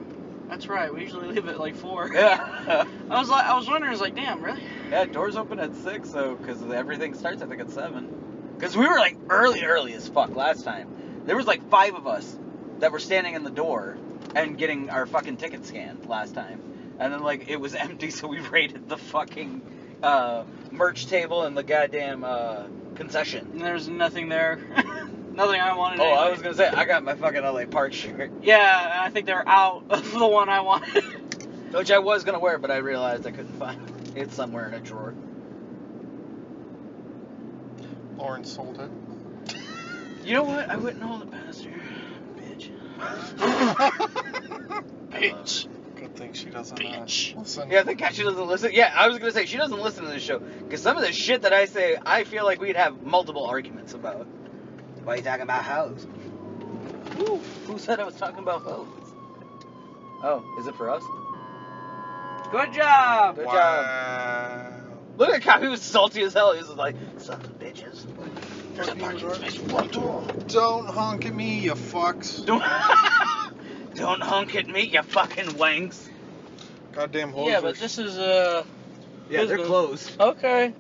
A: that's right. We usually leave at like four.
B: Yeah.
A: I was like, I was wondering, I was like, damn, really?
B: yeah. Doors open at six, so because everything starts, I think at seven. Because we were like early, early as fuck last time. There was like five of us that were standing in the door and getting our fucking ticket scanned last time. And then like it was empty, so we raided the fucking uh, merch table and the goddamn uh, concession.
A: And there's nothing there. nothing I wanted.
B: Oh, I
A: anyway.
B: was gonna say I got my fucking LA Park shirt,
A: Yeah, and I think they're out of the one I wanted.
B: which I was gonna wear, but I realized I couldn't find it. It's somewhere in a drawer.
C: Lauren sold it.
B: You know what? I wouldn't hold it past her, bitch.
A: Bitch.
C: Good thing she doesn't uh,
A: Bitch.
C: listen.
B: Yeah, I think she doesn't listen. Yeah, I was gonna say she doesn't listen to this show because some of the shit that I say, I feel like we'd have multiple arguments about. Why are you talking about hoes? Who? Who said I was talking about hoes? Oh, is it for us?
A: Good job.
B: Good job.
C: wow.
B: Look at Kyle. He was salty as hell. He was just like, sons of bitches. There's a parking space for one door.
C: Don't honk at me, you fucks.
B: Don't, don't honk at me, you fucking wanks.
C: Goddamn hosers.
A: is uh.
B: Yeah, they're
A: Business.
B: closed.
A: Okay.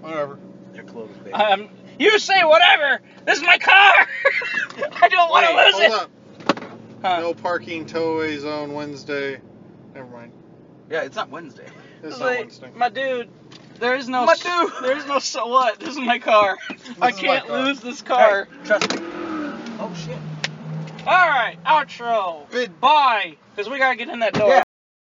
C: Whatever.
B: They're closed, baby.
A: Um, you say whatever. This is my car. I don't want to
B: Wait,
A: lose
C: Hold
A: it.
C: up.
A: Huh.
C: No parking towaway zone Wednesday. Never mind.
B: yeah, it's not Wednesday.
C: It's not
A: Like,
C: Wednesday.
A: My dude, there is no.
B: My
A: s-
B: dude.
A: There is no so what. This is my car. I
C: is my
A: can't
C: car.
A: lose this car.
B: Hey, trust me. Oh shit.
A: All right, outro.
C: Bid-
A: Bye. Cause we gotta get in that door.
B: Yeah.